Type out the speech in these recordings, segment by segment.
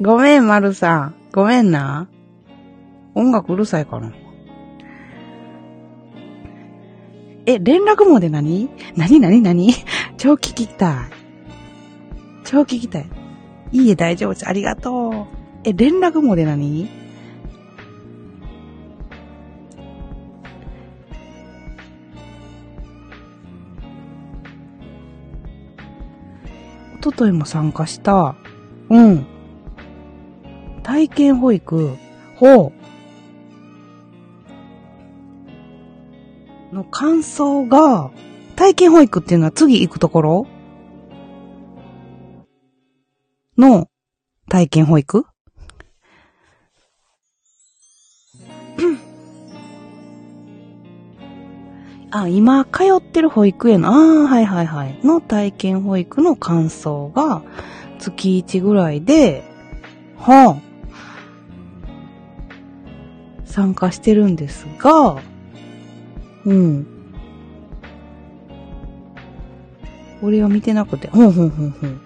ごめん、まるさん。ごめんな。音楽うるさいかな。え、連絡網で何何何何超聞きたい。超聞きたい。いいえ、大丈夫です。ありがとう。え、連絡網で何おとといも参加した。うん。体験保育。ほう。の感想が、体験保育っていうのは次行くところの体験保育あ、今通ってる保育園の、ああ、はいはいはい、の体験保育の感想が月1ぐらいで、はあ、参加してるんですが、うん。俺は見てなくて、ほんほんほんほん。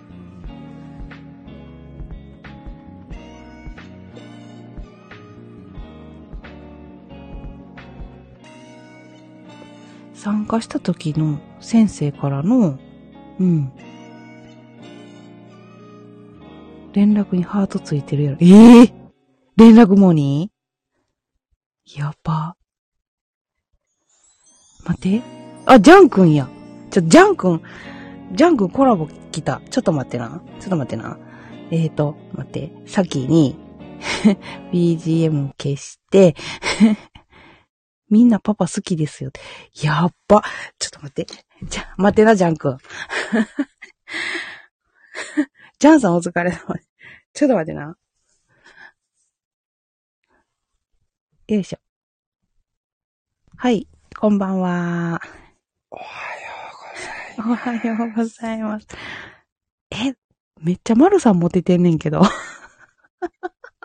参加した時の先生からの、うん。連絡にハートついてるやろ。ええ連絡網にやば。待って。あ、ジャン君や。ちょ、ジャン君。ジャン君コラボ来た。ちょっと待ってな。ちょっと待ってな。えーと、待って。先に、BGM 消して、 みんなパパ好きですよ。やっば。ちょっと待って。じゃ、待ってな、ジャン君。 ジャンさんお疲れ様です。ちょっと待ってな。よいしょ。はい、こんばんは。おはようございおはようございます。え、めっちゃマルさんモテてんねんけど。 ます。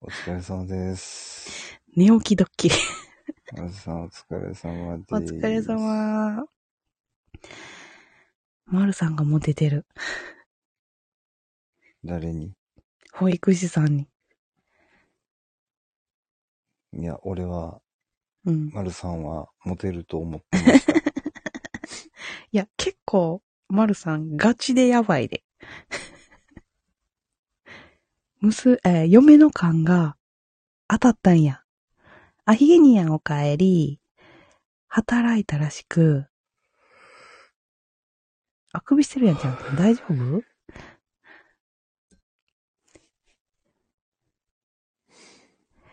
お疲れ様です。寝起きドッキリ。まずさんお疲れ様です。お疲れ。様。マルさんがモテてる。誰に保育士さんに。いや、俺は、うん。まるさんはモテると思ってました。いや、結構、まるさん、ガチでやばいで。 むす、えー嫁の勘が当たったんや。アヒゲニアンおかえり、働いたらしく、あくびしてるやんちゃんと。 大丈夫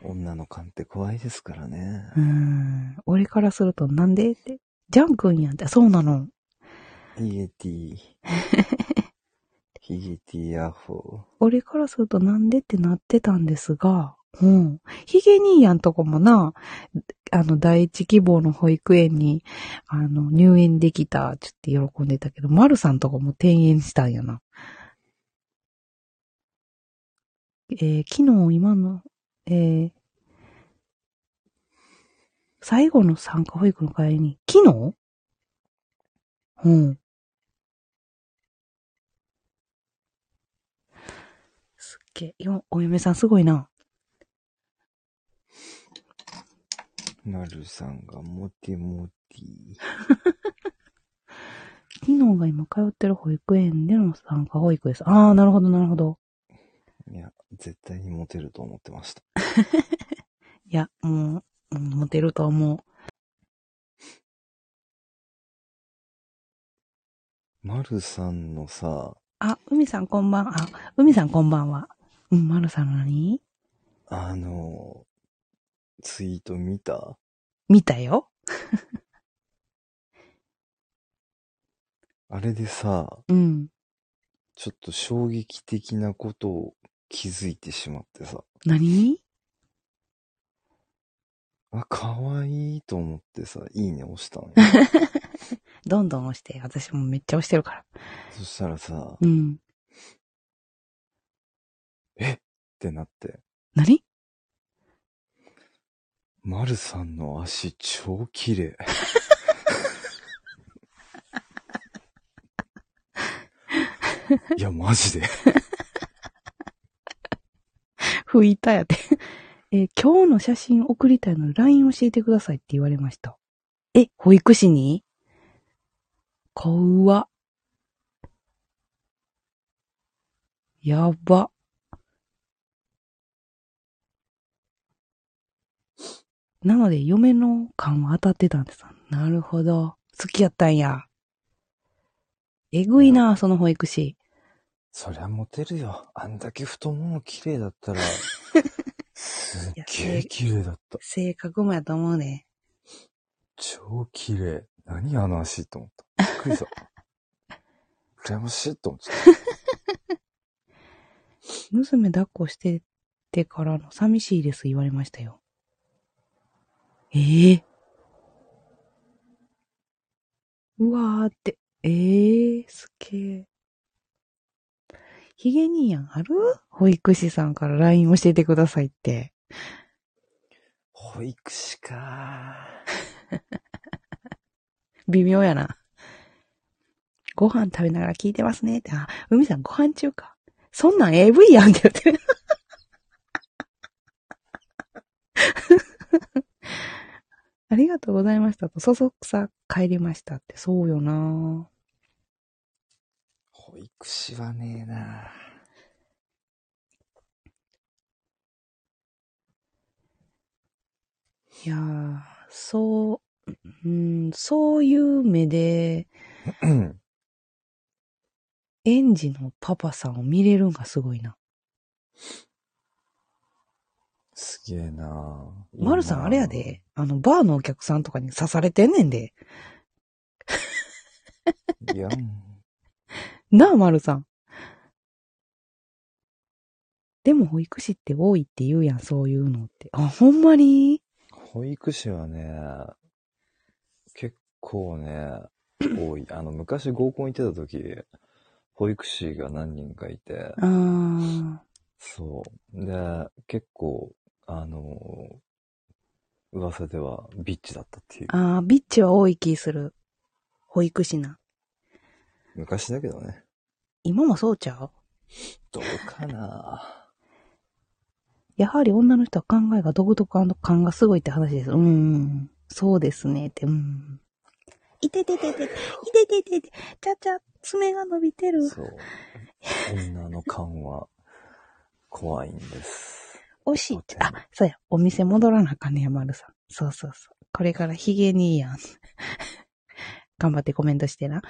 女の勘って怖いですからね。うーん。俺からするとなんでって。ジャン君やんって。そうなの。ヒゲティ。ヒゲティヤッホ俺からするとなんでってなってたんですが、うん。ヒゲ兄やんとこもな、あの、第一希望の保育園に、あの、入園できた、ちょって喜んでたけど、マルさんとこも転園したんやな。えー昨日、今の、えー最後の参加保育の帰りに、昨日うん。すっげえ。よお嫁さんすごいな。ー。なるさんがモテモティ。昨日が今通ってる保育園での参加保育です。ああ、なるほど、なるほど。いや、絶対にモテると思ってました。いや、もう、うんモテると思う。まるさんのさ、あ、海さんこんばん、あ、海さんこんばんは。うん、まるさんの何あの、ツイート見た見たよ。あれでさ、うん。ちょっと衝撃的なことを気づいてしまってさ。何あ、可愛いと思ってさ、いいね押したのよ。どんどん押して。私もめっちゃ押してるから。そしたらさ、っうん。てなって、何まるさんの足超綺麗。いや、マジで。吹いたやって。 えー今日の写真送りたいので LINE 教えてくださいって言われました。え、保育士に怖っ。やば。なので、嫁の勘は当たってたんですよ。なるほど。好きやったんや。えぐいな、その保育士。そりゃモテるよ。あんだけ太もも綺麗だったら、すっげえ綺麗だった。性格もやと思うね。超綺麗。何あの足と思った。びっくりした。羨ましいと思っちゃった。娘抱っこしててからの寂しいです言われましたよ。ええうわーって、ええすげえ。ヒゲ兄やんある保育士さんから LINE 教えてくださいって。保育士か微妙やな。ご飯食べながら聞いてますねって。あ、海さんご飯中か。そんなん AV やんって 言って。ありがとうございましたと、そそくさ帰りましたって、そうよな保育士はねえな ぁいやーそう、うん、そういう目で、うん園児のパパさんを見れるんがすごいな。すげえなまるさんあれや。で、あの、バーのお客さんとかに刺されてんねんで。いやん。なあ、丸さん。でも保育士って多いって言うやん、そういうのって。あ、ほんまに保育士はね、結構ね、多い。あの、昔合コン行ってた時、保育士が何人かいて、あーそう。で、結構、あの、噂ではビッチだったっていう。あー、ビッチは多い気する。保育士な。昔だけどね。今もそうちゃうどうかなやはり女の人は考えが独特感がすごいって話です。うーん。そうですね。って、うん。いてててて、いてててて、ちゃちゃ、爪が伸びてる。そう。女の勘は怖いんです。惜しいって。あ、そうや。お店戻らなあかんねや、丸さん。そうそうそう。これからヒゲにいいやん。 頑張ってコメントしてな。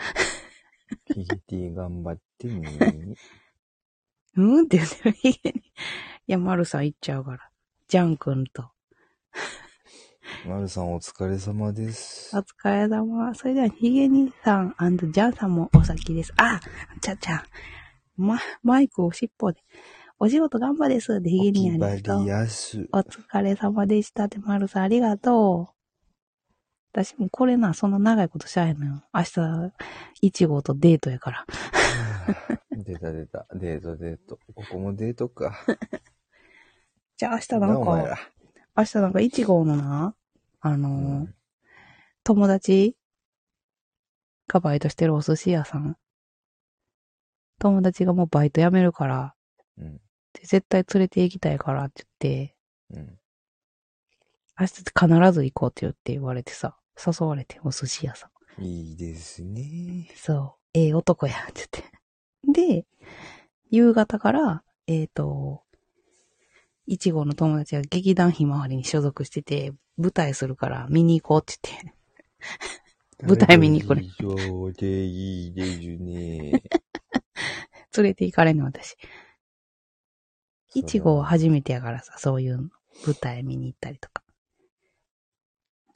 ヒゲティ頑張ってね。うーんって言ってる、ヒゲに。いや、丸さん行っちゃうから。ジャン君と。まるさんお疲れ様ですお。疲れ様。それでは、ヒゲにさんジャンさんもお先です。あ、ちゃちゃ。ま、マイクを尻尾で。お仕事頑張です。で、ヒゲにありがとう。りやす。 お疲れ様でしたって、まるさん、ありがとう。私もこれな、そんな長いことしゃあへんのよ。明日、いちごとデートやから。出た出た。デートデート。ここもデートか。じゃあ明日ななおん前らか、明日なんかいちごのな、あのーうん友達がバイトしてるお寿司屋さん。友達がもうバイト辞めるから、うん。で絶対連れて行きたいからって言って、うん。明日必ず行こうって言って言われてさ、誘われてお寿司屋さん。いいですね。そう、ええ男や、って言って。で、夕方から、えっ、と、いちごの友達が劇団ひまわりに所属してて、舞台するから見に行こうって言って。舞台見に来れ以上でいいですね。連れて行かれんの、私。いちごは初めてやからさ、そういうの舞台見に行ったりとか。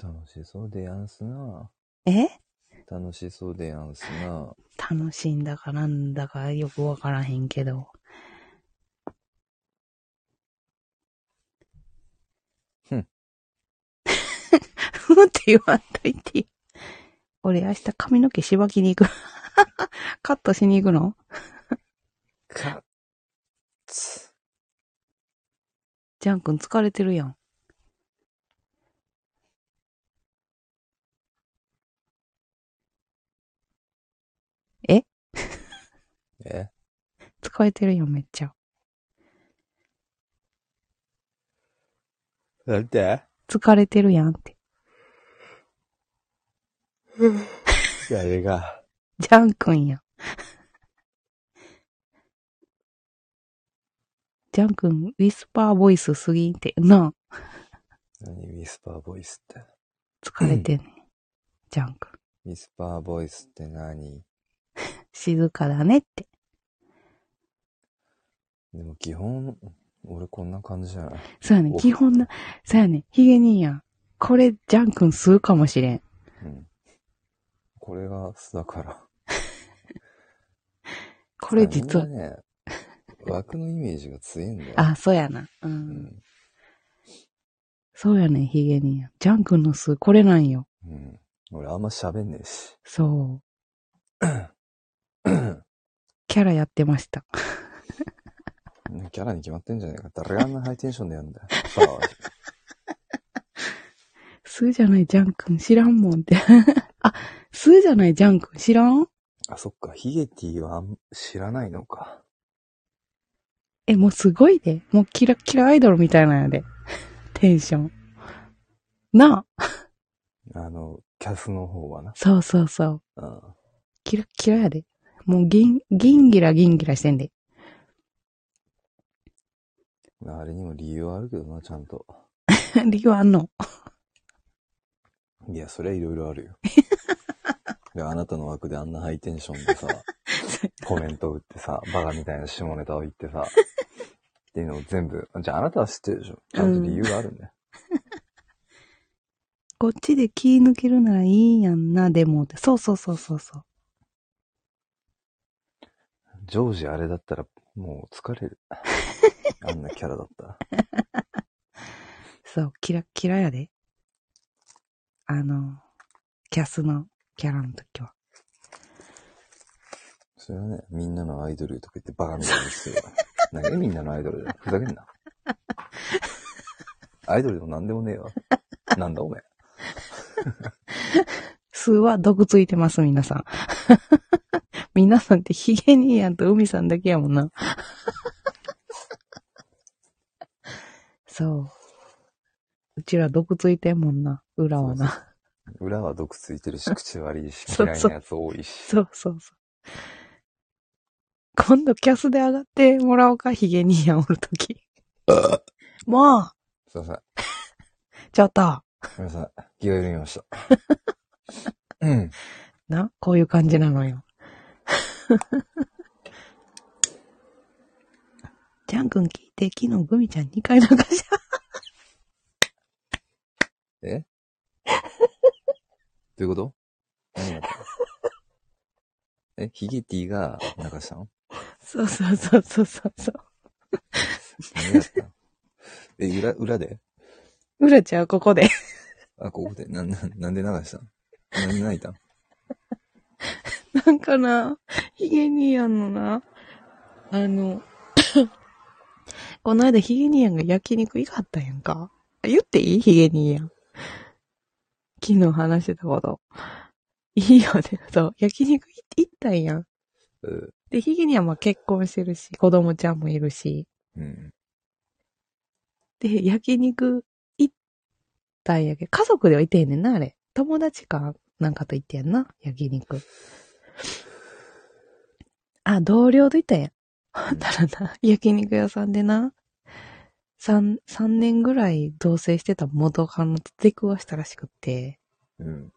楽しそうでやんすな。え楽しそうでやんすな。楽しいんだかなんだかよくわからへんけど。ふん。 ふんって言わんといてよ。俺明日髪の毛しばきに行く。 カットしに行くのかっつ。ジャン君疲れてるやん。え疲れてるやん、めっちゃ。なんて疲れてるやんって。誰が。ジャン君や。ジャン君、ウィスパーボイスすぎんて、な何ウィスパーボイスって。あ、疲れてんねん。ジャン君、ウィスパーボイスって何静かだねって。でも基本、俺こんな感じじゃないそうやねん、お基本な、そうやねん、ヒゲ兄やん。これ、ジャン君吸うかもしれん。うん。これが巣だから。これ実はみ、んなね、枠のイメージが強いんだよ。あ、そうやな。う。うんん。そうやねん、ヒゲ兄やん。ジャン君の吸う、これなんよ。うん。俺あんま喋んねえし。そう。キャラやってました。キャラに決まってんじゃねえか。誰があんなハイテンションでやんだよ。バカは吸うじゃない、ジャン君知らんもんって。 あ、吸うじゃない、ジャン君知らんあ、そっか。ヒゲティはあん知らないのか。え、もうすごいで。もうキラキラアイドルみたいなので。 テンション。なあ。あの、キャスの方はな。そうそうそう。うん。キラキラやで。もう銀、銀ギラ銀ギラしてんで。 まああれにも理由はあるけどな、ちゃんと。理由あんの。いや、そりゃいろいろあるよ。で、あなたの枠であんなハイテンションでさ、コメント打ってさ、バカみたいな下ネタを言ってさ、っていうのを全部、じゃああなたは知ってるでしょちゃんと理由があるんだよ。こっちで気抜けるならいいやんな、でもって。そうそうそうそうそう。ジョージあれだったら、もう疲れる。あんなキャラだったら。そう、キラキラやで。あの、キャスのキャラの時は。それはね、みんなのアイドルとか言ってバカみたいに するよ。何みんなのアイドルだよ。ふざけんな。アイドルでも何でもねえわ。なんだおめえ。数は毒ついてます、皆さん。 皆さんってヒゲ兄やんと海さんだけやもんな。 そう。うちら毒ついてんもんな、裏はな。裏は毒ついてるし、口悪いし、そう嫌いそうなやつ多いし。そうそうそう。今度キャスで上がってもらおうか、ヒゲ兄やんおるとき。もう、すいません。ちょっと、すいません。気が緩みました。うん。な、こういう感じなのよ。 ジャン君聞いて、昨日グミちゃん2回流した。えどういうこと何があったえ、ヒゲティが流したのそうそうそうそうそうそう。何があったのえ、裏、裏で うらちゃん、ここで。あ、ここで、な、な、なんで流したのなんで泣いたの なんかな、ヒゲニアンのな、あの、 この間ヒゲニアンが焼肉行かったやんか。言っていいヒゲニアン。昨日話してたこと。いいよね。そう、焼肉行ったんやん。うで、ヒゲニアンは結婚してるし、子供ちゃんもいるし。うん。で、焼肉行ったんやけど、家族では行ってへんねんな、あれ。友達かなんかと行ってやんな、焼肉。あ、同僚と行ったんや。ほん ならな、焼肉屋さんでな、三、三年ぐらい同棲してた元カノと出くわしたらしくって、うん。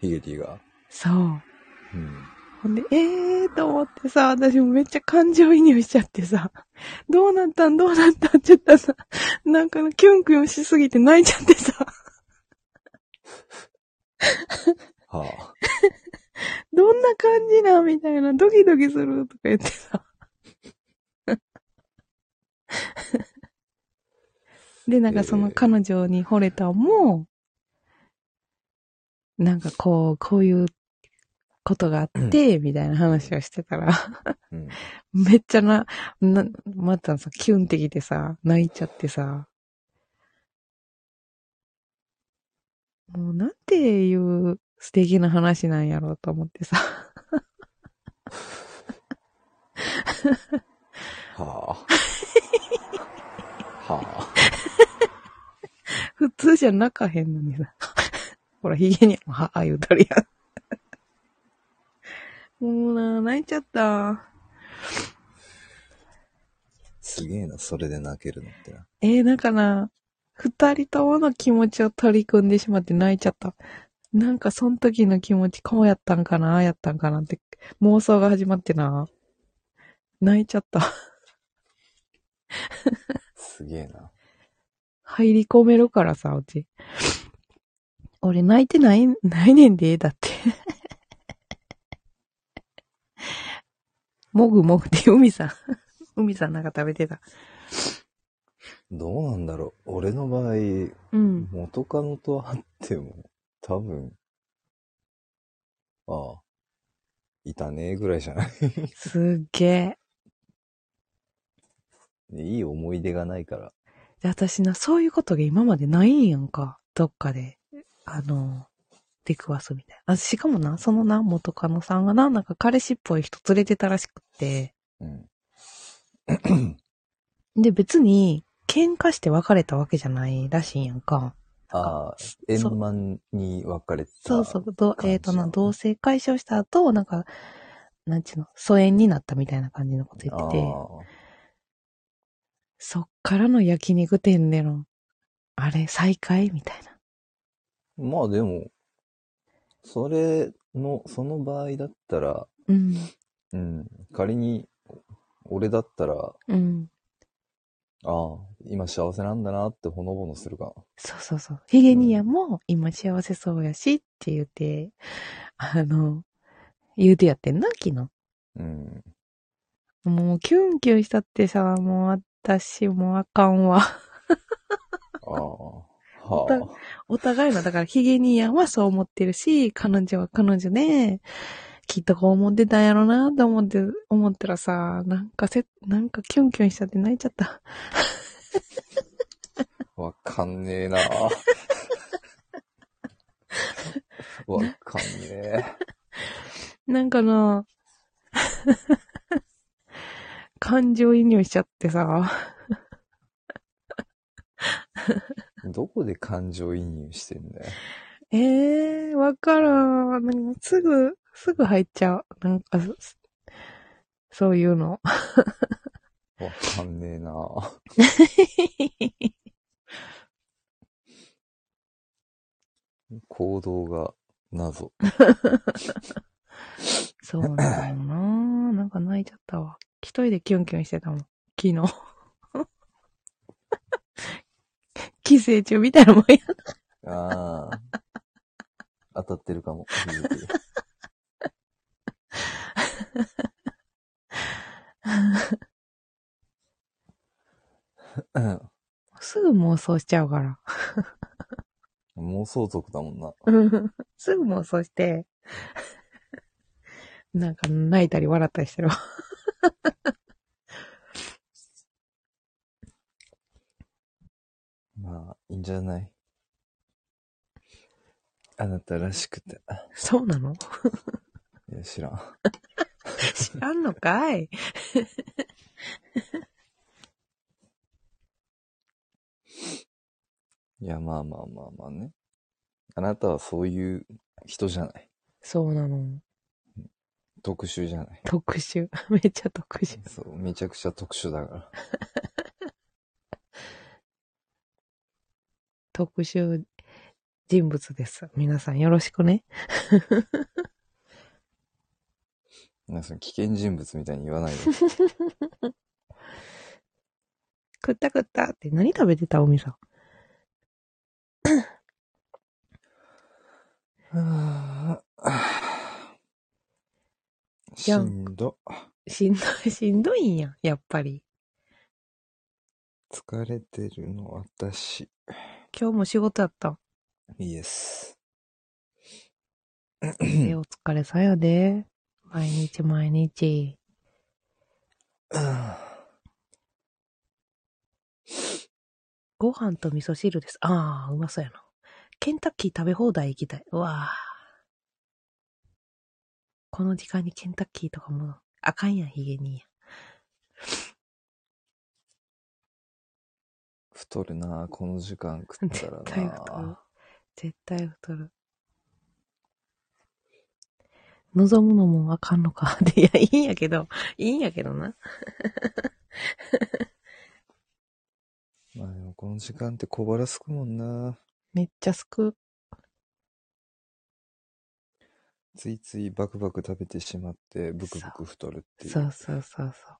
ヒゲティが。そう。うん。ほんで、えーと思ってさ、私もめっちゃ感情移入しちゃってさ、どうなったんどうなったんって言ったらさ、なんかのキュンキュンしすぎて泣いちゃってさ、はあ。どんな感じなみたいな、ドキドキするとか言ってさ。で、なんかその彼女に惚れたも、なんかこう、こういうことがあって、みたいな話をしてたら、 うん。めっちゃな、な、またさ、キュンってきてさ、泣いちゃってさ。もうなんていう素敵な話なんやろうと思ってさ。はあ。はあ。じゃなかへんのにさ。 ほら、ヒゲに、は、あ、言うたるやん。 もうな、泣いちゃった。すげえな、それで泣けるのってな。えー、なんかな、二人ともの気持ちを取り組んでしまって泣いちゃった。なんかその時の気持ち、こうやったんかな、ああやったんかなって妄想が始まってな。泣いちゃった。すげえな。入り込めるからさ、うち。俺泣いてない、ないねんで、だって。 もぐもぐで、海さん。 海さんなんか食べてた。どうなんだろう。俺の場合、うん。元カノと会っても、多分、ああ、いたねぐらいじゃないすっげえ。いい思い出がないから。で私な、そういうことが今までないんやんか。どっかで。あの、出くわすみたいな。あ、しかもな、そのな、元カノさんがな、なんか彼氏っぽい人連れてたらしくって。うん。で、別に、喧嘩して別れたわけじゃないらしいんやんか。ああ、円そう満に別れた。そうそう、ど感じえっ、となな、の同棲解消した後、なんか、なんちゅうの、疎遠になったみたいな感じのこと言あっあてて、そっからの焼肉店での、あれ、再会みたいな。まあでも、それの、その場合だったら、うん、うん、仮に、俺だったら、あうん。あ、今幸せなんだなってほのぼのするかそうそうそう。ヒゲニアも今幸せそうやしって言うて、あの、言うてやってんな、昨日。な。うん。もうキュンキュンしたってさ、もう私もうあかんわ。ああ、はだあ。お互いの、だからヒゲニアンはそう思ってるし、彼女は彼女で、きっとこう思ってたんやろなと思って、思ったらさ、なんかせ、なんかキュンキュンしちゃって泣いちゃった。 わかんねえな。わかんねなんかな 感情移入しちゃってさ、 え。どこで感情移入してんだよ。ええー、わからん。なんかすぐ、すぐ入っちゃう。なんか、すそういうの。 わかんねえな。行動が謎。そうなんだよななんか泣いちゃったわ。一人でキュンキュンしてたもん。昨日。寄生虫みたいなもんや。ああ。当たってるかも。うんすぐ妄想しちゃうから。妄想族だもんな。すぐ妄想して。なんか泣いたり笑ったりしてるわ。 まあ、いいんじゃないあなたらしくて。そうなのいや、知らん。知らんのかいいや、まあまあまあまあね。あなたはそういう人じゃない。そうなの。特殊じゃない。特殊。めっちゃ特殊。そう、めちゃくちゃ特殊だから。特殊人物です。皆さんよろしくね。なんかその危険人物みたいに言わないで。食った食ったって何食べてたおみさん。はあしんど。しんどい、 しんどいんや。やっぱり。疲れてるの私。今日も仕事やった。イエス。え、お疲れさんやで。毎日毎日。ご飯と味噌汁です。ああ、うまそうやな。ケンタッキー食べ放題行きたい。うわあ。この時間にケンタッキーとかも、あかんやん、ヒゲにや。太るなこの時間食ったらな絶対太る絶対太る。望むのもあかんのか。 で、いや、いいんやけど、いいんやけどな。まあでもこの時間って小腹すくもんなめっちゃすく。ついついバクバク食べてしまってブクブク太るっていうそうそうそうそう。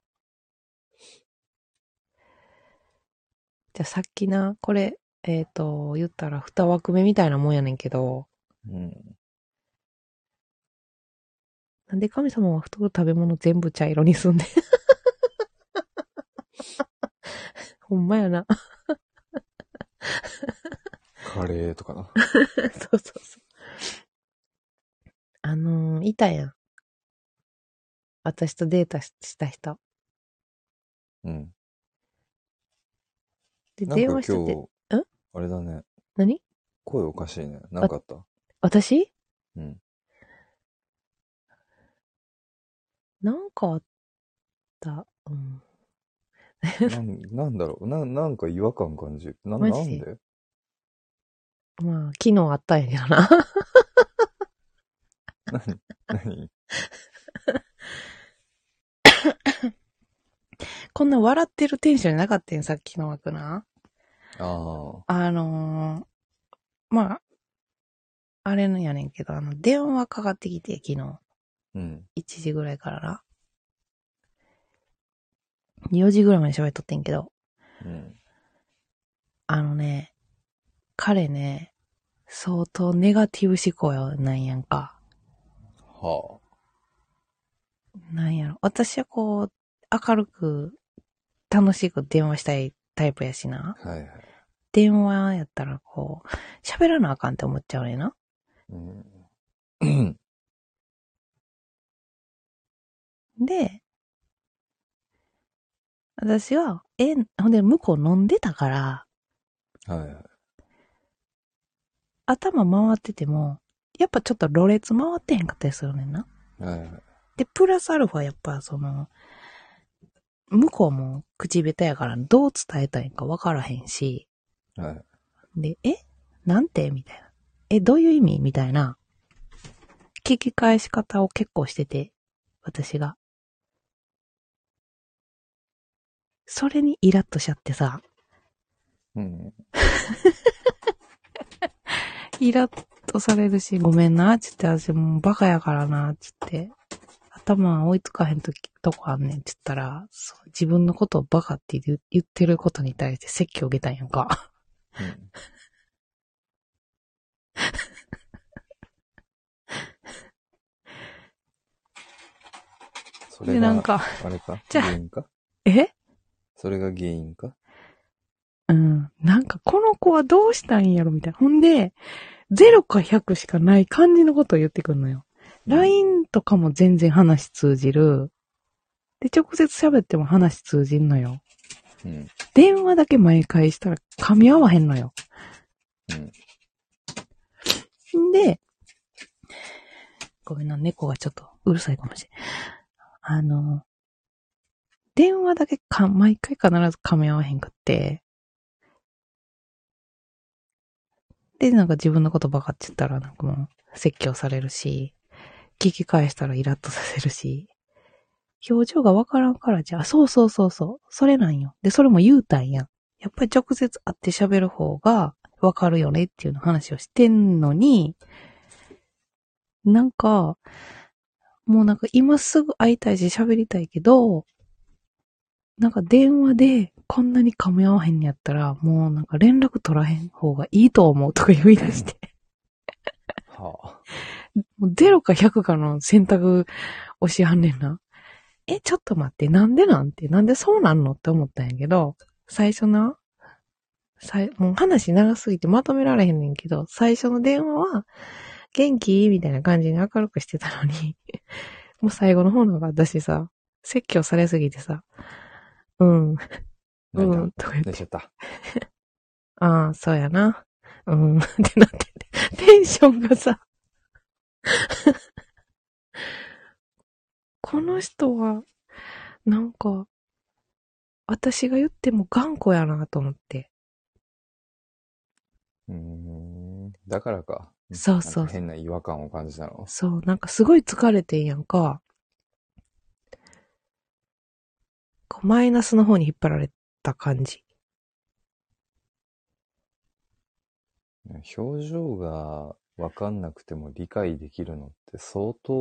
じゃあさっきな、これ、えっ、と、言ったら二枠目みたいなもんやねんけど、うんなんで神様は太る食べ物全部茶色にすんねん。 ほんまやな。 カレーとかなそうそうそう。あのー、いたやん。私とデートしした人。うんで、なんか電今話し日てて、あれだね何声おかしいねなんかあった私うんなんかあった。うん。 なんなんだろうななんか違和感感じるなマなんジででまあ、昨日あったんやけどな。 何何こんな笑ってるテンションじゃなかったんさっきの枠な。 ああのー、まあ、あれのやねんけど、あの、電話かかってきて、昨日。あうん1時ぐらいからな。4時ぐらいまで喋っとってんけど、うんあのね、彼ね、相当ネガティブ思考なんやんか。はなんやろ。私はこう、明るく、楽しく電話したいタイプやしな。あはいはい電話やったらこう、喋らなあかんって思っちゃうねんな。 うん、で、私は、え、ほんで向こう飲んでたから、はいはい頭回ってても、やっぱちょっとろれつ回ってへんかったりするねんな。はいはい。で、プラスアルファやっぱその、向こうも口下手やからどう伝えたいかわからへんし、はい。で、えなんてみたいな。え、どういう意味みたいな。聞き返し方を結構してて、私が。それにイラッとしちゃってさ、うん。イラッとされるし、ごめんな、つって、私もうバカやからな、つって、頭追いつかへんとき、とこあんねん、つったら、そう自分のことをバカって言う言ってることに対して説教を受けたんやんか。うん それで、が、なん か、あれかじゃあ原因かえそれが原因かうん。なんか、この子はどうしたんやろみたいな。ほんで、0か100しかない感じのことを言ってくんのよ。うん LINE とかも全然話通じる。で、直接喋っても話通じんのよ。うん。電話だけ毎回したら噛み合わへんのよ。うん。んで、ごめんな、猫がちょっとうるさいかもしれん。あの、電話だけか、毎回必ず噛み合わへんくって、で、なんか自分のことばかって言ったら、なんかもう、説教されるし、聞き返したらイラッとさせるし、表情がわからんからじゃあ、そうそうそうそう、それなんよ。で、それも言うたんやん。やっぱり直接会って喋る方がわかるよねっていうの話をしてんのに、なんか、もうなんか今すぐ会いたいし喋りたいけど、なんか電話でこんなに噛み合わへんのやったら、もうなんか連絡取らへん方がいいと思うとか言い出して、はもう0か100かの選択をしはんねんな。え、ちょっと待って、なんでなんて、なんでそうなんのって思ったんやけど、最初な、さいもう話長すぎてまとめられへんねんけど、最初の電話は、元気みたいな感じに明るくしてたのに、 もう最後の方の方が私さ、説教されすぎてさ、うん、あ。うなんんだ、とか言って出ちゃった。ああ、そうやな。うん、 ってなってて、テンションがさ、 この人は、なんか、私が言っても頑固やなと思って。うーん。だからか。そうそうなんか変な違和感を感じたの。そう、なんかすごい疲れてんやんか。こうマイナスの方に引っ張られた感じ。表情がわかんなくても理解できるのって相当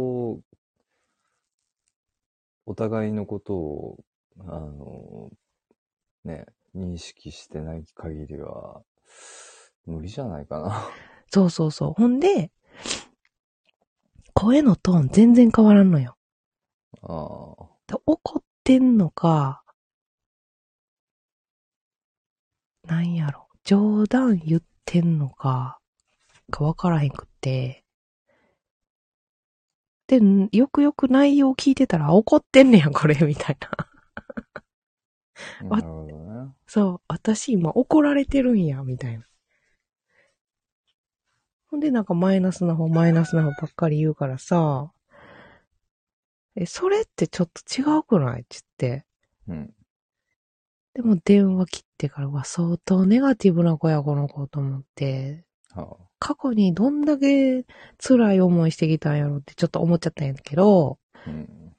お互いのことを、あの、ね、認識してない限りは無理じゃない かな。そうそうそう。ほんで、声のトーン全然変わらんのよ。ああ。で怒ってんのか、なんやろ、冗談言ってんのか、かわからへんくって。で、んよくよく内容聞いてたら、あ怒ってんねや、これ、みたいな。なるほどね。そう、私今怒られてるんや、みたいな。ほんでなんかマイナスな方、マイナスな方ばっかり言うからさ、え、それってちょっと違うくないって言って。うん。でも電話切ってから、うわ、相当ネガティブな子や、この子と思って、は過去にどんだけ辛い思いしてきたんやろってちょっと思っちゃったんやけど、あ。うん。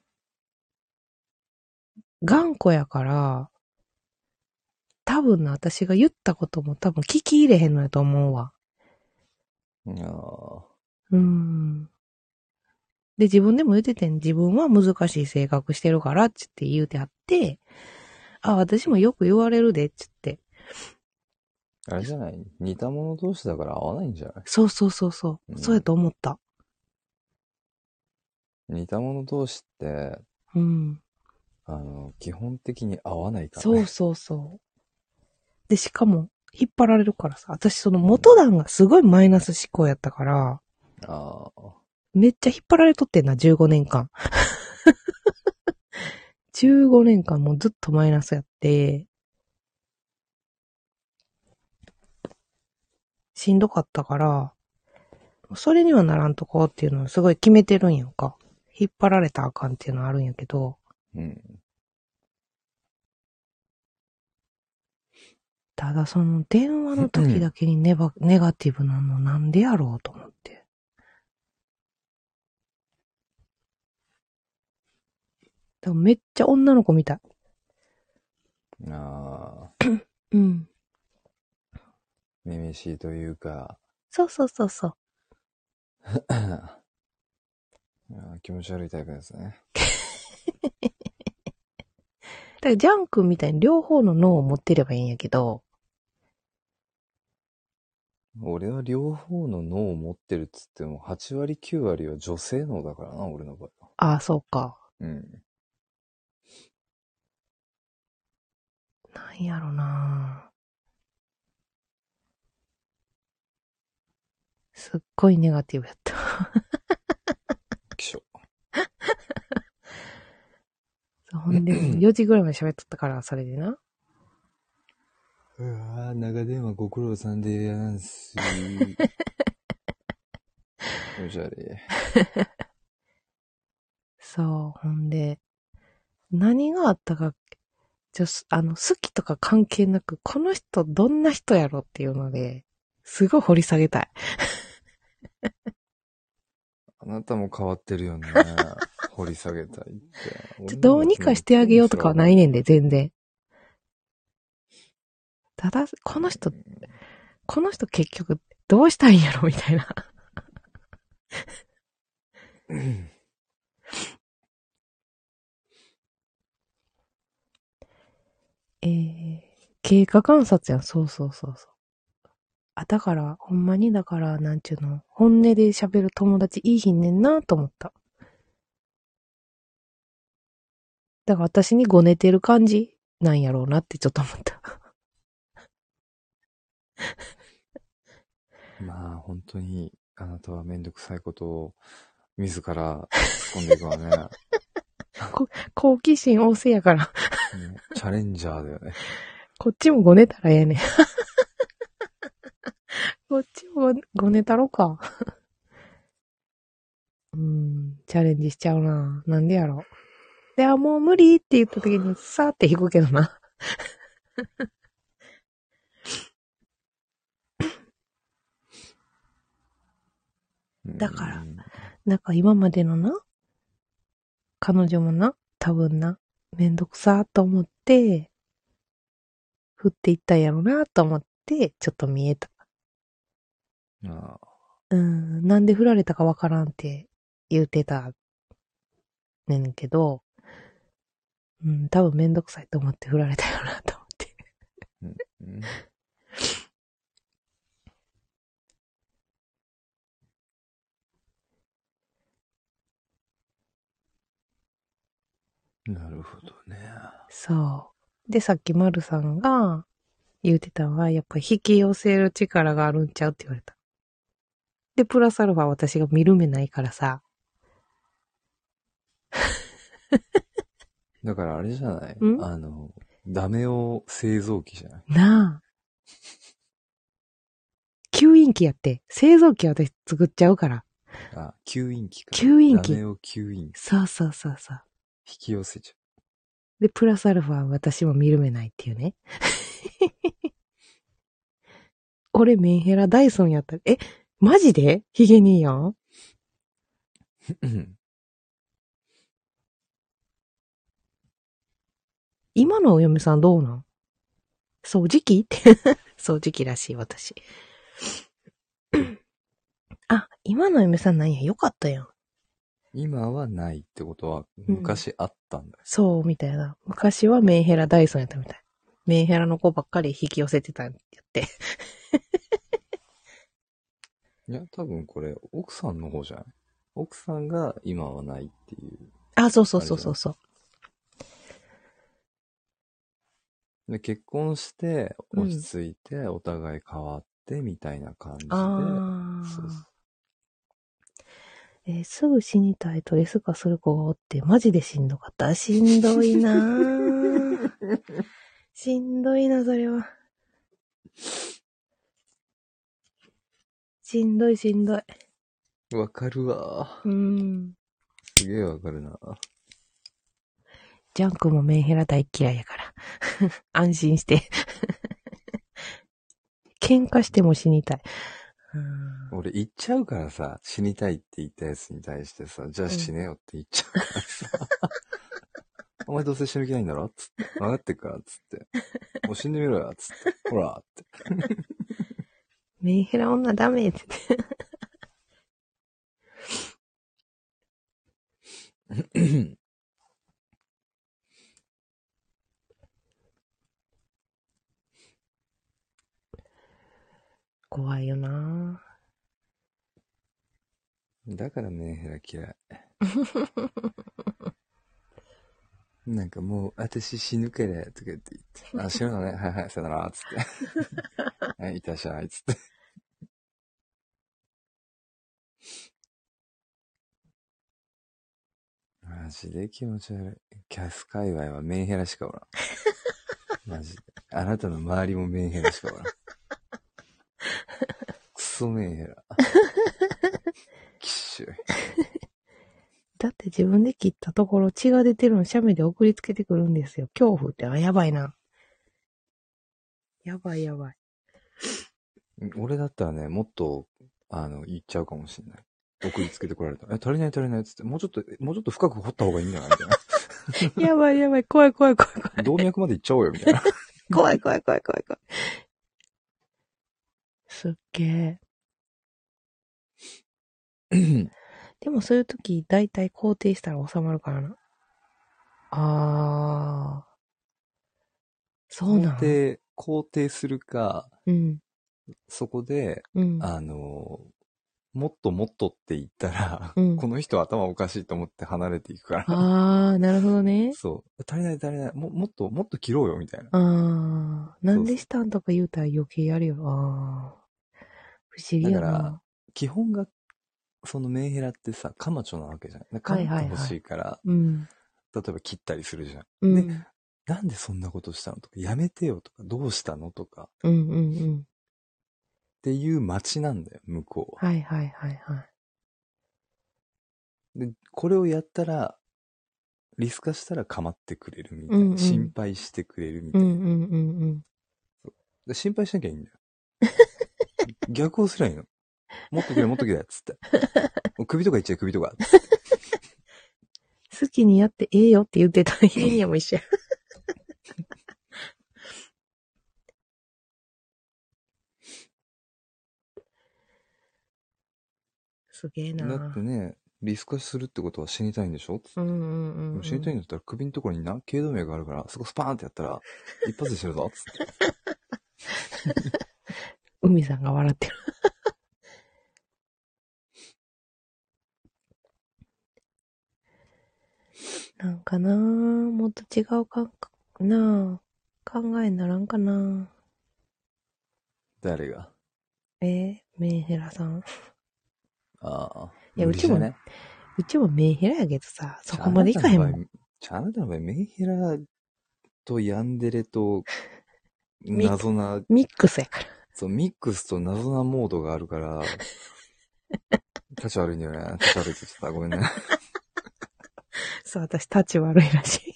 頑固やから、多分な、私が言ったことも多分聞き入れへんのやと思うわ。いやーうーん。で、自分でも言っててん、自分は難しい性格してるから、つって言うてあって、あ、私もよく言われるで、つって。あれじゃない似た者同士だから合わないんじゃないそうそうそうそう。うんそうやと思った。似た者同士って、うん。あの、基本的に合わないからそうね。そうそう。で、しかも、引っ張られるからさ、私その元段がすごいマイナス思考やったから、ああ。めっちゃ引っ張られとってんな、15年間。15年間もうずっとマイナスやって、しんどかったから、それにはならんとこっていうのをすごい決めてるんやんか。引っ張られたらあかんっていうのはあるんやけど、うん。ただその電話の時だけにネバ、ネガティブなのなんでやろうと思って。でもめっちゃ女の子みたい。ああ。うん。めめしいというか、 そうそうそうそう。あー気持ち悪いタイプですね。だからジャン君みたいに両方の脳を持ってればいいんやけど、俺は両方の脳を持ってるっつっても、8割9割は女性脳だからな、俺の場合は。ああ、そうか。うん。なんやろなすっごいネガティブや った。気象。そうほんで、4時ぐらいまで喋っとったから、それでな。うわぁ、長電話ご苦労さんでやんす。 気持ち悪い。そう、ほんで、何があったか、じゃ、すあの、好きとか関係なく、この人どんな人やろっていうので、すごい掘り下げたい。あなたも変わってるよね。掘り下げたいって。どうにかしてあげようとかはないねんで、全然。ただ、この人、この人結局どうしたいんやろみたいな。 えー、経過観察やん。そうそうそうそう。あ、だから、ほんまに、だから、なんちゅうの、本音で喋る友達いいひんねんなと思った。だから私にごねてる感じなんやろうなってちょっと思った。 まあ、本当に、あなたはめんどくさいことを、自ら突っ込んでいく わね。ね好奇心旺盛やから、チャレンジャーだよね。こっちもごねたらええねん。 こっちもごねたろか。 うん、チャレンジしちゃうな。なんでやろ。で、あ、もう無理って言った時に、さーって引くけどな。だからうん。 なんか今までのな、彼女もな、多分な、めんどくさーと思って、振っていったんやろなと思って、ちょっと見えた。ああうん、なんで振られたかわからんって言うてたねんけど、うん、多分めんどくさいと思って振られたよなと思って。うんなるほどね。そう。で、さっき丸さんが言うてたのは、やっぱ引き寄せる力があるんちゃうって言われた。で、プラスアルファ私が見る目ないからさ。だからあれじゃないんあの、ダメを製造機じゃないなあ。吸引器やって、製造機私作っちゃうから。あ、吸引機か。吸引機ダメを吸引、引そうそうそうそう。き寄せちゃで、プラスアルファ私も見る目ないっていうね。 俺メンヘラダイソンやった。え、マジでヒゲ兄やんう。うん今のお嫁さんどうなん掃除機って。 掃除機らしい、私。あ、今のお嫁さんなんや。よかったやん。今はないってことは、ん昔あったんだよ。そう、みたいな。昔はメンヘラダイソンやったみたい。メンヘラの子ばっかり引き寄せてたんやって。いや、多分これ、奥さんの方じゃない奥さんが今はないっていう。あ、そうそうそうそうそう。で結婚してうん落ち着いてお互い変わってみたいな感じで、ああ。そうそえーすぐ死にたいとレス化する子がおって、マジでしんどかった。しんどいな ぁしんどいな、それは。しんどい、しんどい。うわかるわうん。すげえわかるなジャン君もメンヘラ大嫌いやから。 安心して。喧嘩しても死にたい。うん俺言っちゃうからさ死にたいって言ったやつに対してさじゃあ死ねよって言っちゃうからさ、 お前どうせ死ぬ気ないんだろつって分かってっからつってもう死んでみろよつってほらってメンヘラ女ダメって言って。怖いよなぁだからメンヘラ嫌いなんかもう私死ぬからとか言って言ってあ死ぬのねはいはいさよならつって はいいたっしゃいつってマジで気持ち悪いキャス界隈はメンヘラしかおらんマジであなたの周りもメンヘラしかおらんクソメンヘラきっしょいだって自分で切ったところ血が出てるの写メで送りつけてくるんですよ。恐怖って、あ、やばいな。やばいやばい。 うん俺だったらね、もっと、あの、言っちゃうかもしれない。送りつけてこられたら。え、足りない足りないっつって、もうちょっと、もうちょっと深く掘った方がいいんじゃないみたいやばいやばい、怖い怖い怖い怖い。 な。動脈まで行っちゃおうよ、みたいな。怖い怖い怖い怖い怖い。すっげえ。でもそういう時、だいたい肯定したら収まるからな。あー。そうな肯の定、肯定するか、うん。そこで、うん。あの、もっともっとって言ったら、うんこの人頭おかしいと思って離れていくから。あー、なるほどね。そう。足りない足りない。も、もっと、もっと切ろうよ、みたいな。ああ、なんでしたんとか言うたら余計やるよ。ああ。不思議やだかなら。基本が、そのメンヘラってさ、カマチョなわけじゃん。カはいマはいはい欲しいから、うん。例えば切ったりするじゃん。うん。ねなんでそんなことしたのとか、やめてよとか、どうしたのとか、っうんうんうん。ていう街なんだよ、向こうは。はいはいはいはい。で、これをやったら、リス化したら構ってくれるみたいな。うんうん心配してくれるみたういんな、うんうんうん。で心配しなきゃいいんだよ。逆をすりゃいいの。もっとくれ、もっとくれ、つって。首とかいっちゃえ、首とか。つって好きにやってええよって言ってた。ヒデニアも一緒や。すげえなだってね、リス化するってことは死にたいんでしょつってうんうんうん、うん。死にたいんだったら首のところにな、頸動脈があるから、そこスパーンってやったら、一発で死ぬぞ、つって。海さんが笑ってる。 なんかなぁ、もっと違う感覚、なぁ、考えにならんかな誰が。ぁ。えー、メンヘラさん。ああ。いや無理じゃなう。うちもメンヘラやけどさ、そこまでいかへんもじゃああなたのん。場合。じゃああなたの場合、メンヘラとヤンデレと、ミック謎な、ミックスやから。そう、ミックスと謎なモードがある から、立ち悪いんだよね。立ち悪いって言ってた。ごめんね。 そう、私、立ち悪いらしい。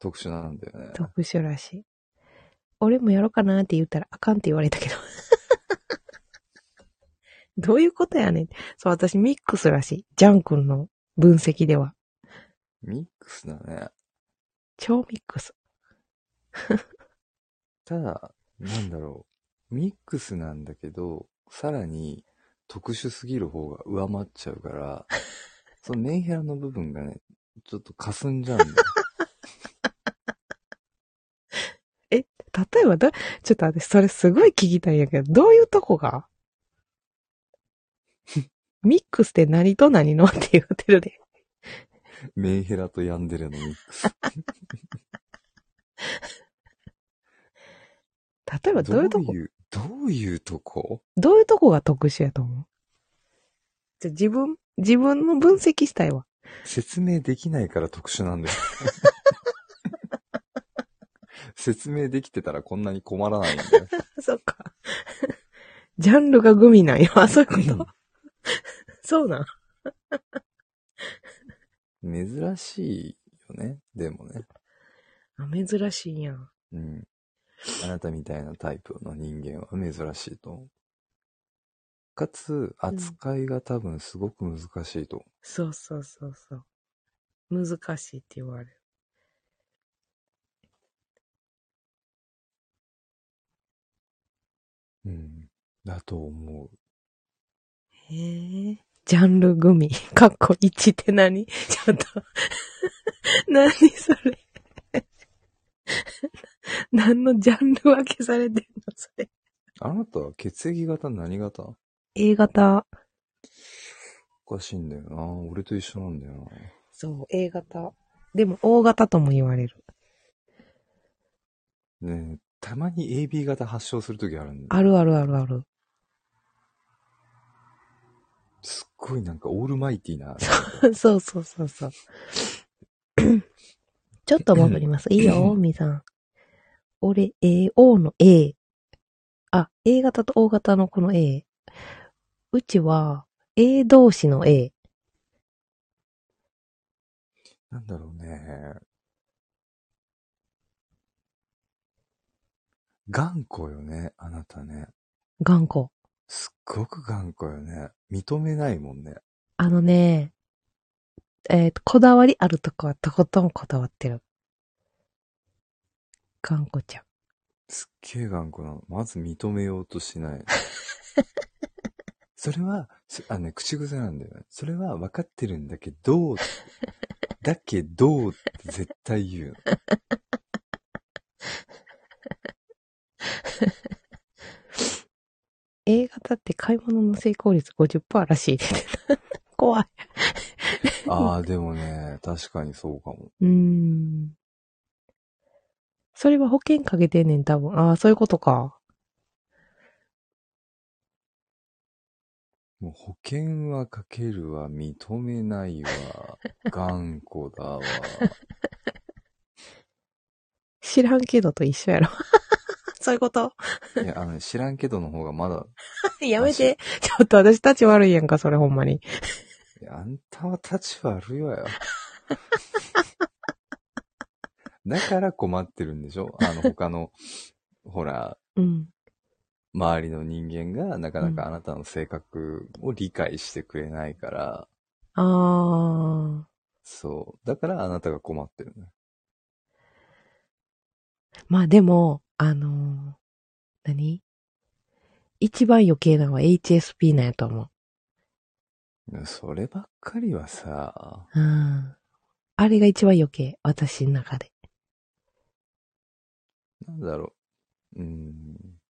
特殊なんだよね。特殊らしい。俺もやろうかなって言ったらあかんって言われた けど。どういうことやねん。そう、私ミックスらしい。ジャン君の分析では。ミックスだね。超ミックス。ただ、なんだろう。ミックスなんだけど、さらに特殊すぎる方が上回っちゃう から、そのメンヘラの部分がね、ちょっと霞んじゃうん だよ。例えばだ、ちょっと私それすごい聞きたいんやけど、どういうとこ がミックスって何と何のって言ってるで。メンヘラとヤンデレのミックス。例えばどういうとこ、どうどういう、どういうとこいうとこが特殊やと思うじゃあ自分、自分の分析したいわ。説明できないから特殊なんだよ。 説明できてたらこんなに困らないんだよ。そっか。 ジャンルがグミなんよ。あ、そういうことそうなん。珍しいよね。でもね。あ珍しいんやん。うん。あなたみたいなタイプの人間は珍しいと思う。かつ、ん扱いが多分すごく難しいと思そうそうそうそう。難しいって言われる。う。うん。だと思う。へえ。ジャンルグミ。かっこ1って何ちょっと。 何それ。 何のジャンル分けされてんのそれ。あなたは血液型何型 A 型。おかしいんだよな。俺と一緒なんだよな。そう、A 型。でも O 型とも言われる。ねえ、たまに AB 型発症するときあるんだよ。あるあるあるある。 すっごいなんかオールマイティな。そうそうそうそう。ちょっと戻ります。いいよ、みさん。俺、A、O の A。あ、A 型と O 型のこの A。うちは、A 同士の A。なんだろうね。頑固よね、あなたね。頑固。すっごく頑固よね。認めないもんね。あのね、えっ、と、こだわりあるとこはとことんこだわってる。頑固ちゃん。すっげえ頑固なの。まず認めようとし ない。それは、そあのね、口癖なんだよね。それは分かってるんだけど、だけどって絶対言うの。 A 型って買い物の成功率50%らしいで。 怖い。ああ、でもね、確かにそうかも。うーん。それは保険かけてんねん、多分。ああ、そういうことか。もう保険はかけるわ、認めないわ、頑固だわ。知らんけどと一緒やろ。 そういうこと いや、あの、知らんけどの方がまだ、やめて。ちょっと私たち悪いやんか、それほんまに。いやあんたは立ち悪いわよ。だから困ってるんでしょあの、他の、ほら、うん。周りの人間がなかなかあなたの性格を理解してくれないから、ああ。そう。だからあなたが困ってるね。まあでも、あのー何一番余計なのは HSP なんやと思う。そればっかりはさ、うん。あれが一番余計、私の中で。なんだろう。うん。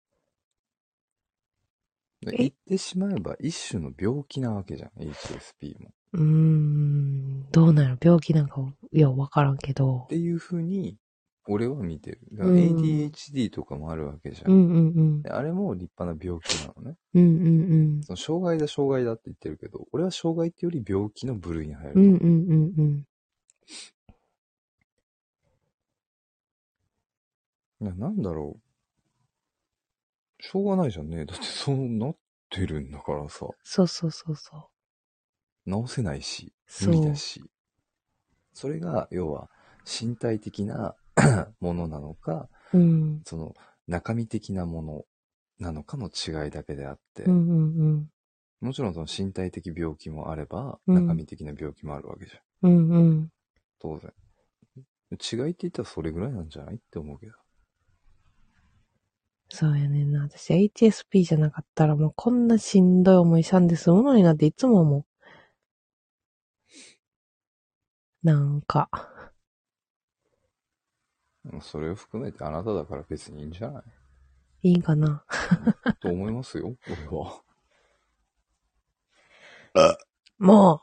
え言ってしまえば一種の病気なわけじゃん、HSP も。っうーん、どうなの病気なんか、いや、わからんけど。ていうふうに、俺は見てる。だかうらん ADHD とかもあるわけじゃん。うんうんうん。であれも立派な病気なのね。うんうんうん。その障害だ障害だって言ってるけど、俺は障害ってより病気の部類に入る。うんうんうんうん。いや、なんだろう。しょうがないじゃんね。だってそうなってるんだからさ。そうそうそうそ直せないし、そ無う理だし。それが、要は、身体的な ものなのか、う。うん。その、中身的なものなのかの違いだけであって、うんうんもちろんその身体的病気もあれば、うん中身的な病気もあるわけじゃうん。ん。うんうん。当然。違いって言ったらそれぐらいなんじゃないって思うけど。そうやねんな。私 HSP じゃなかったらもうこんなしんどい思いしたんですものになっていつも思う。なんか。うんそれを含めてあなただから別にいいんじゃないいいんかな。と思いますよ、 俺は。もう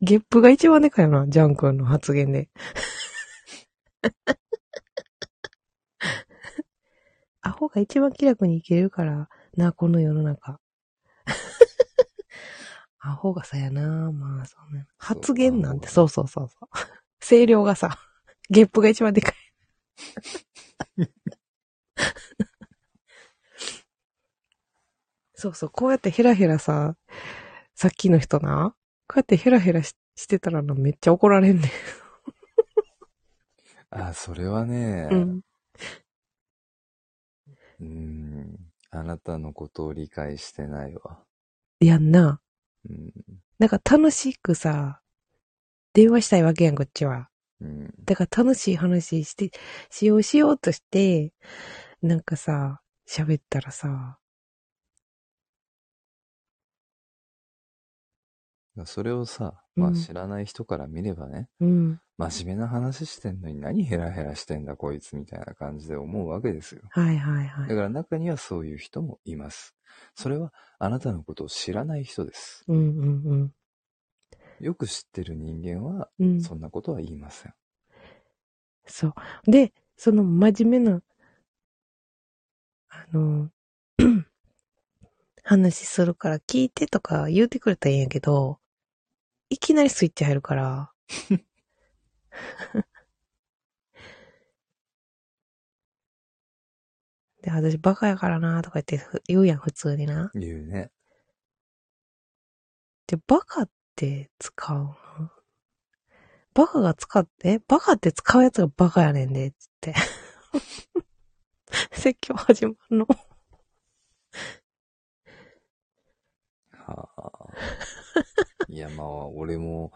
ゲップが一番でかいよな、ジャン君の発言で。 アホが一番気楽に生きれるからな、この世の 中。アホがさやな、まあそうね。発言なんて、そそうそうそうそう。声量がさ、ゲップが一番でかい。 そうそう、こうやってヘラヘラさ、さっきの人な、こうやってヘラヘラししてたらな、めっちゃ怒られんねあ、それはね、ん。うん。うーん。あなたのことを理解してないわ。やんな。うん。なんか楽しくさ、電話したいわけやん、こっちは。うん。だから楽しい話して、しようしようとして、なんかさ、喋ったらさ、それをさ、まうあん知らない人から見ればね、うん。真面目な話してんのに何ヘラヘラしてんだこいつみたいな感じで思うわけですよ。はいはいだはかい。ら中にはそういう人もいます。それはあなたのことを知らない人です。うんうんよく知ってる人間は、うん。うん。そんなことは言いません。そう。で、その真面目な、あの、 話するから聞いてとか言うてくれたらいいんやけど、いきなりスイッチ入るから。で、私バカやからなとか言ってふ言うやん、普通にな。言うね。で、バカって使うのバカが使って、えバカって使うやつがバカやねんで、つって。 説教始まるの。はあ。いや、まあ、俺も、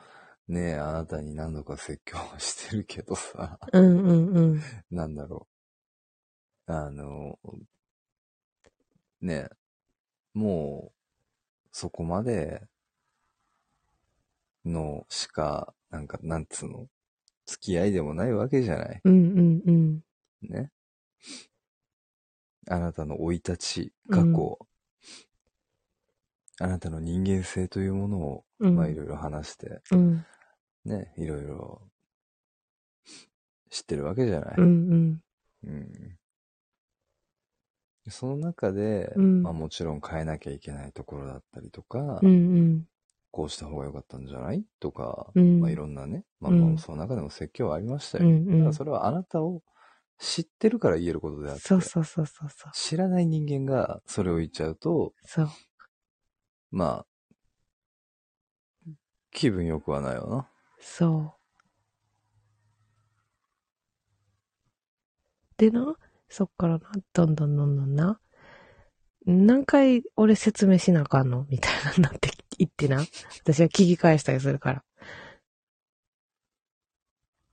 ねあなたに何度か説教はしてるけどさ。うんうんうん。なんだろう。あの、ねえ、もう、そこまでのしか、なんか、なんつうの、付き合いでもないわけじゃない。うんうんうん。ね。あなたの生い立ち、うん過去、あなたの人間性というものを、うん。まあいろいろ話して、うんね、いろいろ知ってるわけじゃない。うんうん。うんその中で、うんまあもちろん変えなきゃいけないところだったりとか、うんうん。こうした方が良かったんじゃないとか、うん。まあいろんなね、まあ、うんまあその中でも説教はありましたうよ。んたうだん。それはあなたを知ってるから言えることであって、そうそうそうそうそう。知らない人間がそれを言っちゃうと、そう。まあ、気分良くはないよな。そう。でな、そっからな、どんどんどんどんな、何回俺説明しなあかんのみたいなになっていってな。私は聞き返したりするから。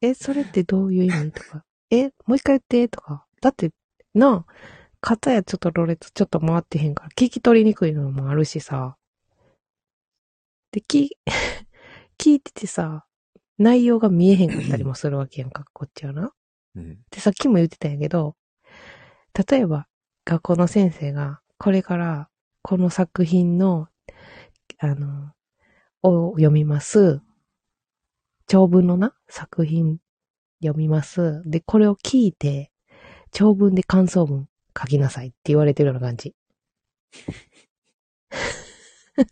え、それってどういう意味とか。え、もう一回言ってとか。だって、なあ、片やちょっとロレットちょっと回ってへんから、聞き取りにくいのもあるしさ。で、き、 聞いててさ、内容が見えへんかったりもするわけやんか、こっちは な。 うん。で、さっきも言ってたんやけど、例えば、学校の先生が、これから、この作品の、あの、を読みます。長文のな、作品読みます。で、これを聞いて、長文で感想文書きなさいって言われてるような感じ。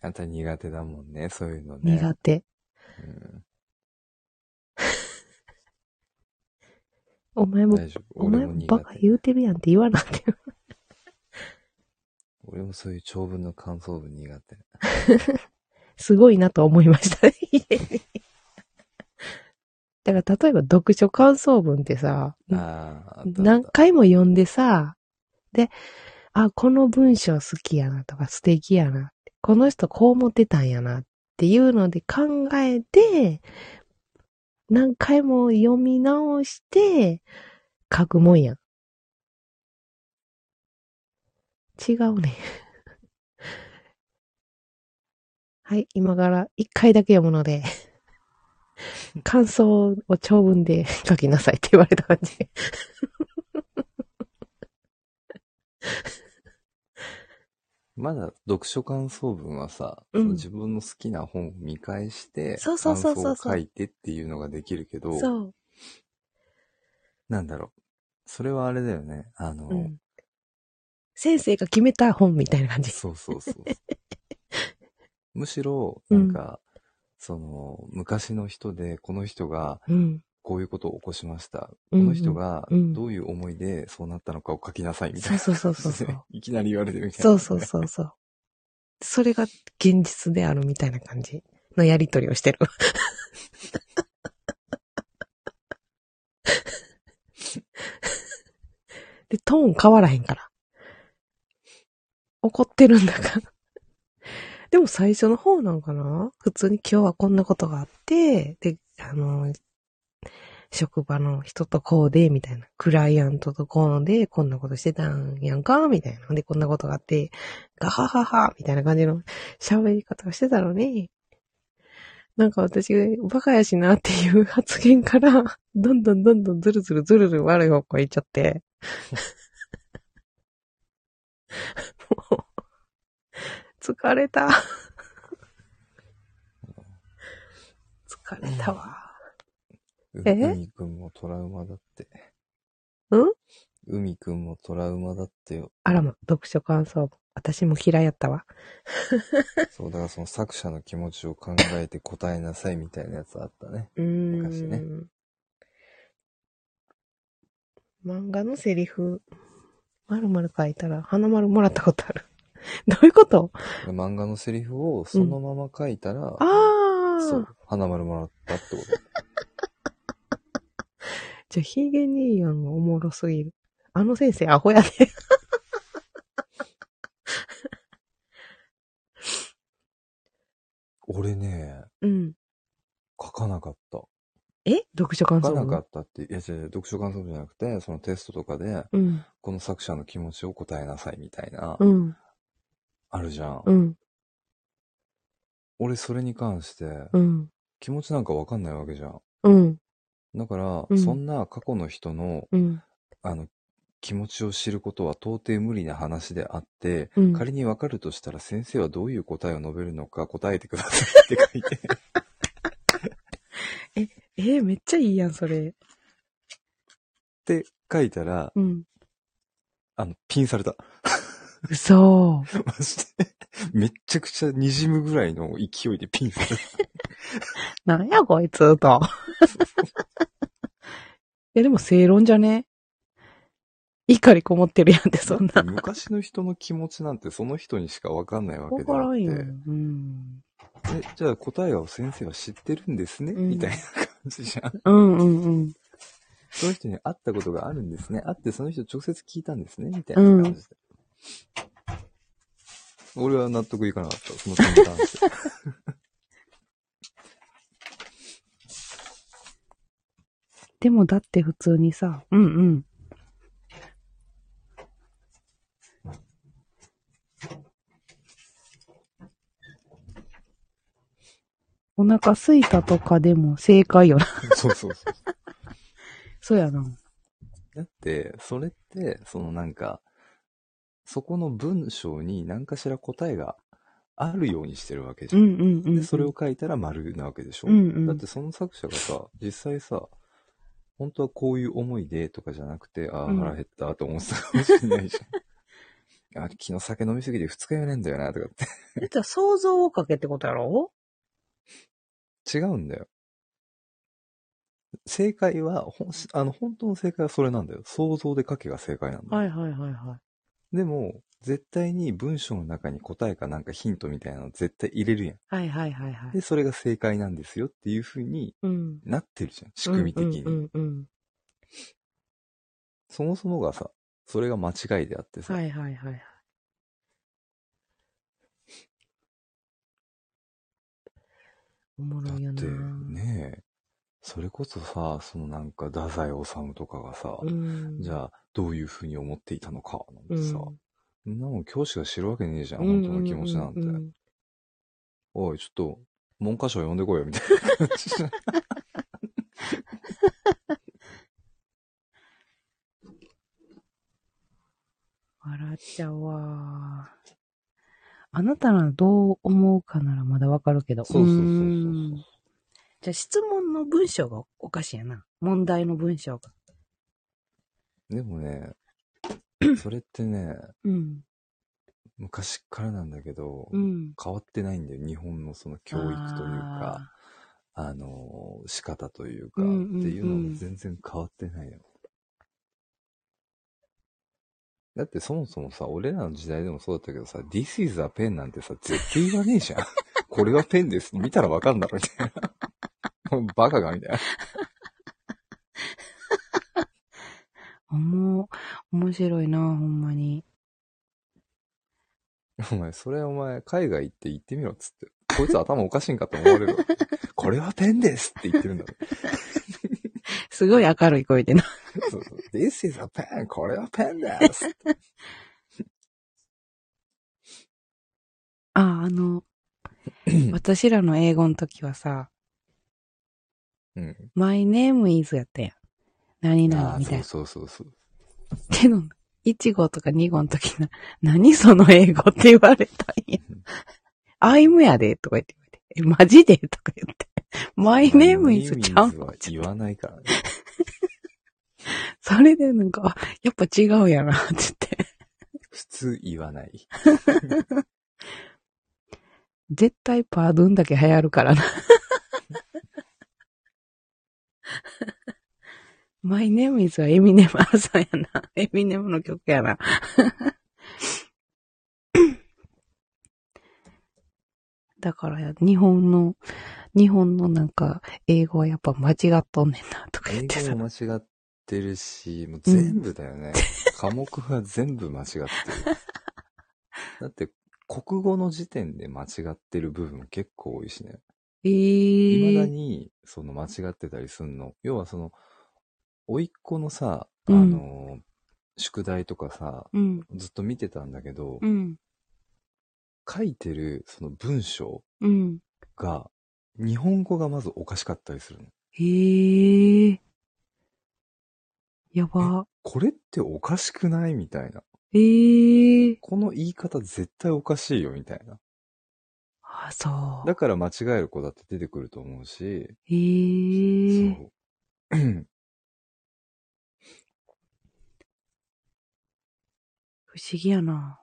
あんた苦手だもんね、そういうのね。苦手。うん お前も、大丈夫。お俺前もも苦バカ手。言うてるやんって言わなって。俺もそういう長文の感想文苦手。すごいなと思いま した、ね。家にだから例えば読書感想文ってさ、ああ、あったあっ何た回も読んでさ、で、あ、この文章好きやなとか素敵やな。この人こう思ってたんやなっていうので考えて、何回も読み直して書くもんやん。違うね。 はい、今から一回だけ読むの で、感想を長文で書きなさいって言われた感じ。まだ読書感想文はさ、うんその自分の好きな本を見返して、そうそうそうそうそう感想を書いてっていうのができるけど、そう。なんだろう。それはあれだよね。あの、うん。先生が決めた本みたいな感じ。そうそ うそう。むしろ、なんか、その、昔の人で、この人がうん。こういうことを起こしました。うんこの人がうんどういう思いでそうなったのかを書きなさいみたいそうな。そうそうそうそう。いきなり言われてみたいな。そうそうそうそう。それが現実であるみたいな感じのやりとりを してる。で、トーン変わらへんから。怒ってるんだから。でも最初の方なんかな普通に今日はこんなことがあって、で、あの、職場の人とこうで、みたいな。クライアントとこうので、こんなことしてたんやんか、みたいな。で、こんなことがあって、ガハハハ、みたいな感じの喋り方をしてたのに、なんか私、バカやしなっていう発言から、どんどんどんどんずるずるずるずる悪い方向へ行っちゃって。もう、疲れた。疲れたわ。うえ海くんもトラウマだって。ん海くんもトラウマだってよ。あらま、読書感想文。私も嫌いやったわ。そう、だからその作者の気持ちを考えて答えなさいみたいなやつあったね。うーん。昔ね漫画のセリフ、まるまる書いたら、花丸もらったことある。 どういうことで漫画のセリフをそのまま書いたら、あそあう、花丸もらったってこと。じゃあ、ヒゲ兄やんおもろすぎる。あの先生、アホやで。俺ね、うん。書かなかった。え読書感書想かな文かったって、いや違う違う、読書感想文じゃなくて、そのテストとかで、うん。この作者の気持ちを答えなさいみたいな、うん。あるじゃん。うん。俺それに関して、うん。気持ちなんかわかんないわけじゃん。うん。だから、うんそんな過去の人の、うん。あの、気持ちを知ることは到底無理な話であって、うん仮にわかるとしたら先生はどういう答えを述べるのか答えてくださいって書いて。えーめっちゃいいやん、それ。って書いたら、うん。あの、ピンされた。 嘘。マジで。めっちゃくちゃ滲むぐらいの勢いでピンされた。なんやこいつ、と。 いや、でも正論じゃね怒りこもってるやんって、そん な。昔の人の気持ちなんてその人にしかわかんないわけわでかあらんってよ。うん。えじゃあ答えを先生は知ってるんですね、うんみたいな感じじゃん。うんうんうん。その人に会ったことがあるんですね。会ってその人直接聞いたんですね、みたいな感じで。俺は納得いかなかった、その点に関 して。でもだって普通にさ、うんうん。お腹空いたとかでも正解 よな。そうそうそう。そうやな。だって、それって、そのなんか、そこの文章に何かしら答えがあるようにしてるわけじうゃん。んうんうん。で、それを書いたら丸なわけでしょ、うんうんだってその作者がさ、実際さ、本当はこういう思いでとかじゃなくて、あうあ、ん腹減ったと思ってたかもしれないじゃん。 あ昨日酒飲みすぎて二日酔いなんだよな、とかって。え、じゃあ想像をかけってことやろ違うんだよ。正解は、ほんあの本当の正解はそれなんだよ。想像で書けが正解なんはだよ。いはいはいはでも、絶対に文章の中に答えかなんかヒントみたいなの絶対入れるやん。い。はいはいはいはいで、。それが正解なんですよっていう風にうん。なってるじゃん。仕組み的に。うんうんうんそもそもがさ、それが間違いであってうさ、ん。はいはいはいはい。おもだろっいよなてねえ、それこそさ、そのなんか、太宰治とかがさ、うん。じあ、ゃあ、どういう風に思っていたのか、なんうてんさ、。そんなもん教師が知るわけねえじゃん、本当の気持ちなんて。ううおい、ちょっと、文科省読んでこいよ、みたいな感じじゃん。笑っちゃうわ。あなたならどう思うかならまだわかるけど。そうそうそうそうそうーんじゃあ質問の文章がおかしいやな。問題の文章が。でもね、それってね、うん。昔からなんだけど、うん。変わってないんだよ。日本のその教育というか、あの、仕方というか、うんうんうんっていうのも全然変わってないよ。だってそもそもさ、俺らの時代でもそうだったけどさ、This is a pen なんてさ、絶対言わねえ じゃん。これはペンです。見たらわかんだろ、みたいな。もうバカが、みたいな。あー。もう、面白いな、ほんまに。お前、それお前、海外行って行ってみろっつって。こいつ頭おかしいんかって思われるわ。これはペンですって言ってるんだろ。すごい明るい声でな。そうそう This is a pen! これはペンですあー、あ の、私らの英語の時はさ、うん。 my name is やったやん。何々あ あ、みたいそうな。そうそうそう。けど、1号とか2号の時な、何その英語って言われたん や。アイムやで、とか言って言われて、え、マジでとか言って。マイネームイズちゃうん My name is は言わないからね。それでなんか、あやっぱ違うやな、って言って。普通言わない。絶対パードゥンだけ流行るから な。マイネームイズはエミネム朝やな。エミネムの曲やな。 だからや、日本の、日本のなんか、英語はやっぱ間違っとんねんな、とか言英って語さ。も間違ってるし、もう全部だよね。科目は全部間違ってる。だって、国語の時点で間違ってる部分結構多いしね。え未だー、に、その間違ってたりすんの。要はその、甥っ子のさ、あうんの、宿題とかさ、うん、ずっと見てたんだけど、うん、書いてるその文章うん。が、日本語がまずおかしかったりするの。えー。やば。これっておかしくないみたいな。えー。この言い方絶対おかしいよみたいな。あ、そう。だから間違える子だって出てくると思うし、えー。そう 不思議やな。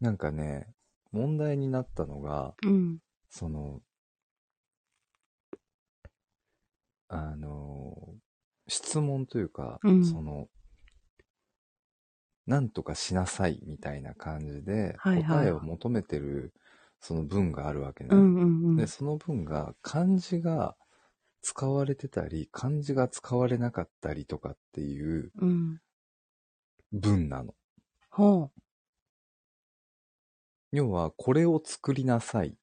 なんかね、問題になったのが、うん。その、あの、質問というか、うんその、なんとかしなさいみたいな感じで、はいはい答えを求めてる、その文があるわけね。うんうんうんで、。その文が、漢字が使われてたり、漢字が使われなかったりとかっていううん。文なの。ほ要は、これを作りなさい。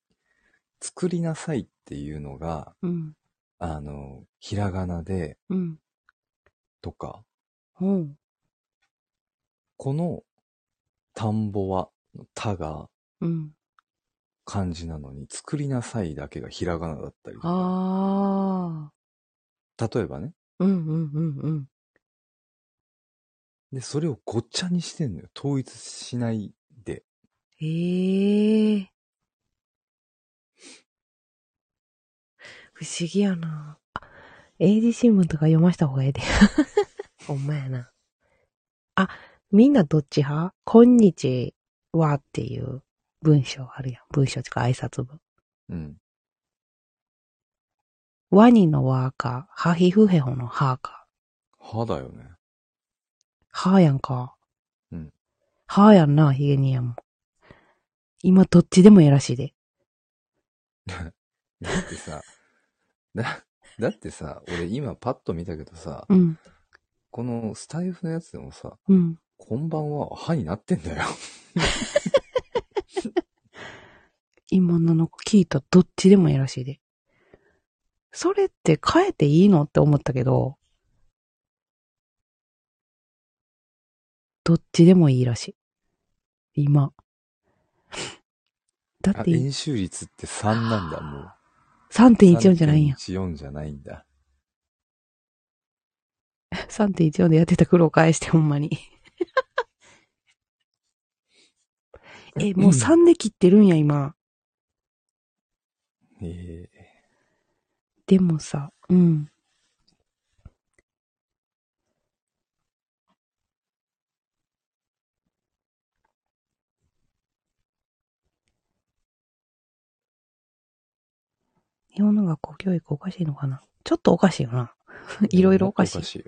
作りなさいっていうのが、う。うん。あの、ひらがなでうん。とか、ほう。この田んぼは、田がうん。漢字なのに、作りなさいだけがひらがなだったりとか、あ例えばね。あ。うんうんうんうん。で、それをごっちゃにしてんのよ。統一しないで。ええ不思議やな。あ AD 新聞とか読ました方がええで。 ほんまやな。あ、みんなどっち派今日はっていう文章あるやん。文章とか挨拶文。うん。ワニのワーか、ハヒフヘホのハーか。歯だよね。ハーやんか。うん。ハーやんな、ヒゲニやもん。今どっちでもええらしいで。だってさ、 だ、だってさ、俺今パッと見たけどさ、うん、このスタイフのやつでもさ、うん。こんばんは、歯になってんだよ。今のの聞いたどっちでもいいらしいで。それって変えていいのって思ったけど、どっちでもいいらしい。今。だあってい円周率って3なんだ、もう。 3.14じゃないんや。 3.14じゃないんだ。 3.14でやってた苦労返してほんま に。え、もう3で切ってるんや、今。ええでもさ、うん。日本の学校教育おかしいのかなちょっとおかしいよな。いろいろおかしいおかしい。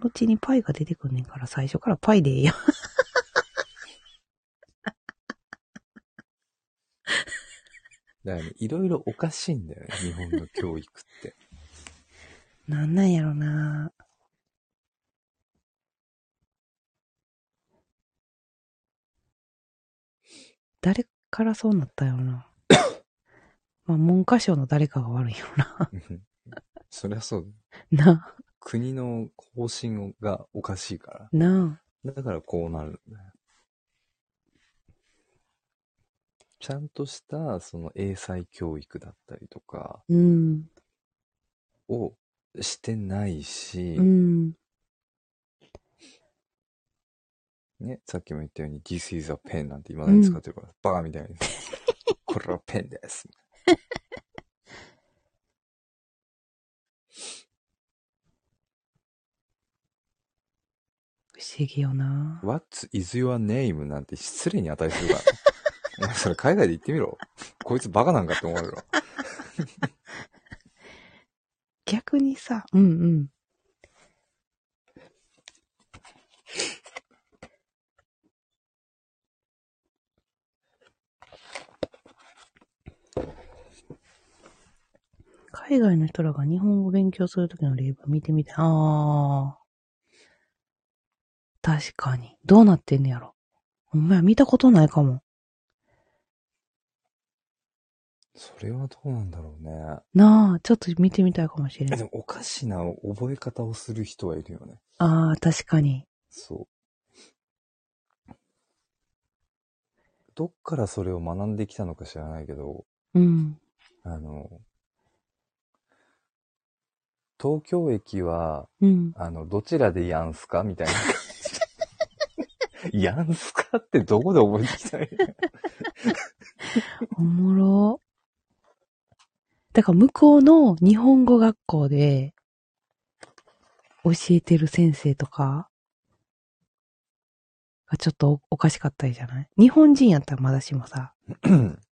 後にパイが出てくんねんから最初からパイでええやん。だからねいろいろおかしいんだよね、日本の教 育って。なんなんやろな誰からそうなったんやろなまあ、文科省の誰かが悪いんやろな。うんそりゃそうだよ。な、国の方針がおかしいかなあ。ら。だからこうなるんだよ。ちゃんとした、その英才教育だったりとかうん。をしてないし、うん。ね、さっきも言ったように、This is a pen なんて今何使ってるから、バカみたいに。 これはペンです。不思議よな What is your name? なんて失礼に値するからね。 お前それ海外で言ってみろ。こいつバカなんかって思われるわ。逆にさ、うんうん。海外の人らが日本語を勉強するときの例文見てみたい。あー。確かに。どうなってんねやろ。お前見たことないかも。それはどうなんだろうね。なあ、ちょっと見てみたいかもしれえなでい。もおかしな覚え方をする人はいるよね。あー、確かに。そう。どっからそれを学んできたのか知らないけど、うん。あの、東京駅は、うん。あの、どちらでやんすかみたいな 感じ。やんすかってどこで覚えてきたんやおもろ。だから向こうの日本語学校で教えてる先生とかがちょっとおおかしかったりじゃない日本人やったらまだしもさ。うん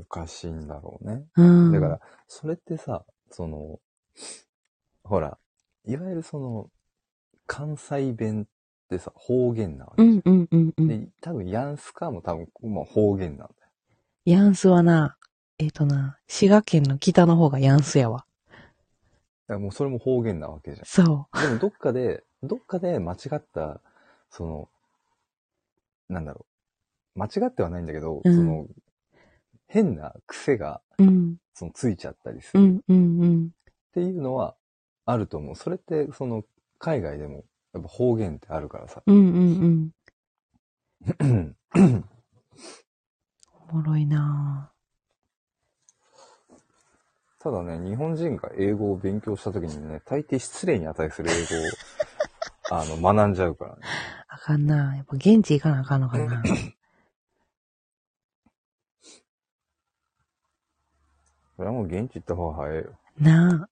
おかしいんだろうね。うん。だから、それってさ、その、ほら、いわゆるその、関西弁ってさ、方言なわけ。うんうんうんうん。で、多分、ヤンスカも多分、まあ、方言なんだよ。ヤンスはな、えっ、とな、滋賀県の北の方がヤンスやわ。やもうそれも方言なわけじゃそん。でもどっかで、どっかで間違った、その、なんだろう。間違ってはないんだけど、うんその、変な癖が、う。うん。その、ついちゃったりすうるっん、うん、うん。ていうのはあると思う。それって、その、海外でも、やっぱ方言ってあるからさ。うん、うん、うん。うんおもろいな ただね、日本人が英語を勉強した時にね、大抵失礼に値する英語を、 あの、学んじゃうからね。ぁ。あかんなぁ。やっぱ現地行かなあかんのかなそれはもう現地行った方が早いよ。な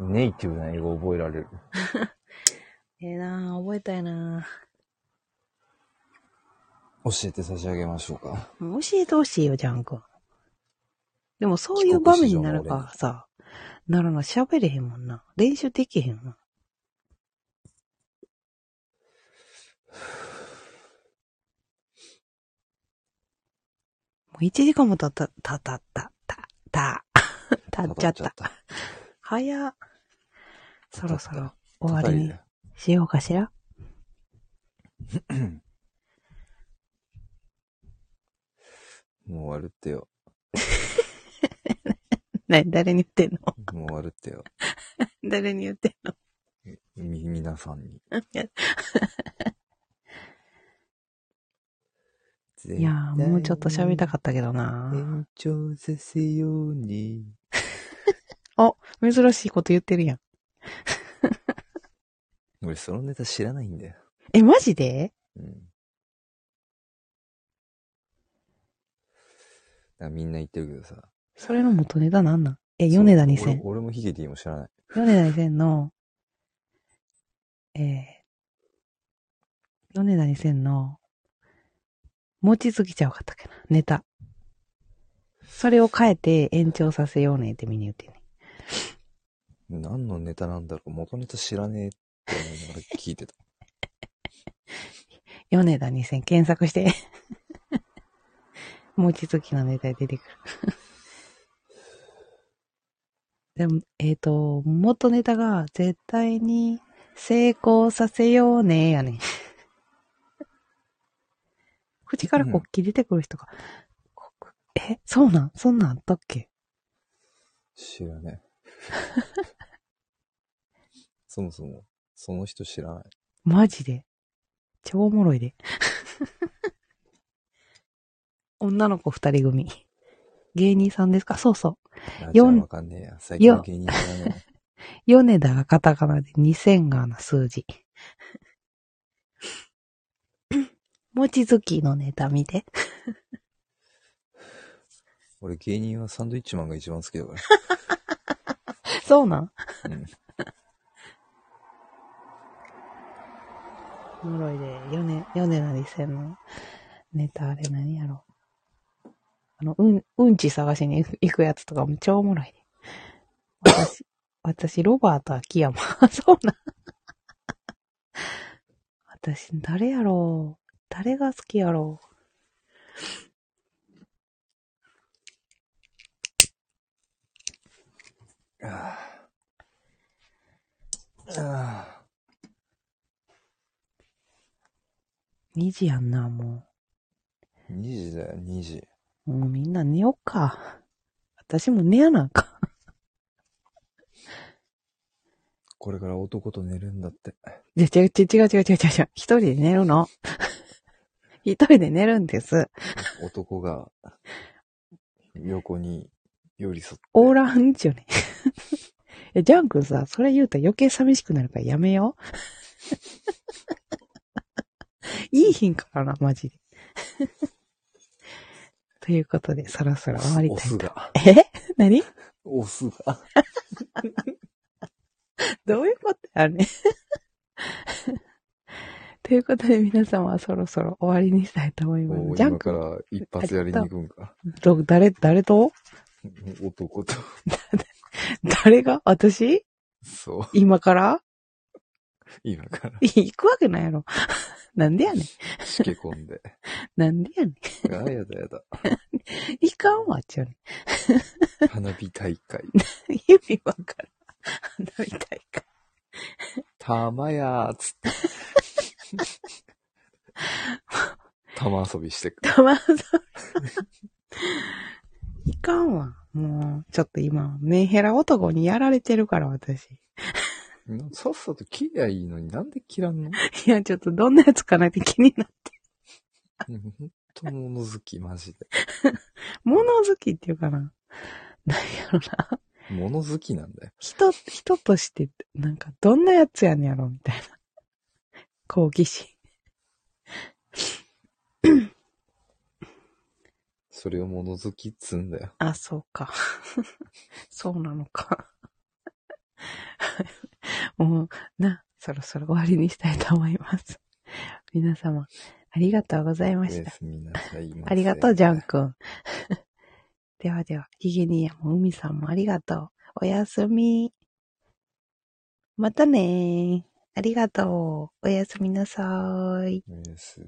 ネイティブな英語を覚えられる。ぁ。ええなぁ、覚えたいなぁ。教えて差し上げましょうか。教えてほしいよ、ジャン君。でもそういう場面になるからさ、ならな、喋れへんもんな。練習できへんもん。もう1時間も経った、たたたた、た、たっちゃった。た。早っ。そろそろ終わ叩りいにて。しようかしら。もう終わるってよ。ね、 誰に言ってんのもう終わるってよ。誰に言ってんのみ、皆さんに。いやー、もうちょっと喋りたかかったけどな延長させように。珍しいこと言ってるやん。俺、そのネタ知らないんだよ。え、マジでうん。だからみんな言ってるけどさ。それの元ネタなんなんえ、米田二2000俺。俺もヒゲティも知らない。米田2000の、えー、米田2000の、餅つきちゃうかったっけな、ネタ。それを変えて延長させようねってみに言ってんね。何のネタなんだろう元ネタ知らねえって思いながら 聞いてた。米田2000検索して。 餅つきのネタで出てく る。でも、えっ、と、元ネタが絶対に成功させようねやねん。 口から国旗出てくる人が、国え、そうなんそんなんあったっけ知らねえ。そもそも、その人知らない。マジで。超おもろいで。 女の子二人組。芸人さんですかそうそう。あーじゃあよんわかんねえや。最近のよ芸人知らね米田がカタカナで2000がな数字。餅つきのネタ見て。え。 俺芸人はサンドイッチマンが一番好きだかそうなんら。うん。 おもろいで、米、米田2000のネタあれ何やろ。あの、うん、うんち探しに 行くやつとかも超おもろいで。 私、私、ロバート秋山。 そうなん。私、誰やろう誰が好きやろう ああ。ああ。 ?2 時やんな、も2時だよ、2時。う。もうみんな寝よっか。私も寝やなあかん。これから男と寝るんだって。じゃ、違う、違う、違う、違う、違う、違う。一人で寝るの。 一人で寝るんです。 男が、横に寄り添って。オーランチよね。 え、ジャン君さ、それ言うと余計寂しくなるからやめよう。 いい品からな、マジで。 ということで、そろそろ終わりオたいスと。が。え何オスが。どういうことやね。 ということで、皆様はそろそろ終わりにしたいと思いまおす。ジャン今か君、ら一発やりに行くんか。 ど誰、誰と 男と。誰が私そう。今から今から行くわけないやろ。 なんでやねん。しけ込んで。 なんでやねん。あーやだやだ。いかんわ、ちゃうね花火大会。ん。 意味わからん。花火大会。玉やーっ つって。玉遊びしてく。たまら ん。いかんわ。もう、ちょっと今、メンヘラ男にやられてるから、私。さっさと切りゃいいのになんで切らんの いや、ちょっとどんなやつかなって気になる。うんほんと物好き、マジで。物好きっていうかな。なんやろな。物好きなんだよ。人、人として、なんか、どんなやつやねんやろ、みたいな。好奇心。それを物好きっつうんだよ。あ、そうか。 そうなのか。 もう、な、そろそろ終わりにしたいと思います。皆様、ありがとうございまおしやた。すみなさいませ。ありがとう、ジャン君。 ではでは、ヒゲニーやも海さんもありがとう。おやすみ。またねー。ありがとう。おやすみなさーい。おやす。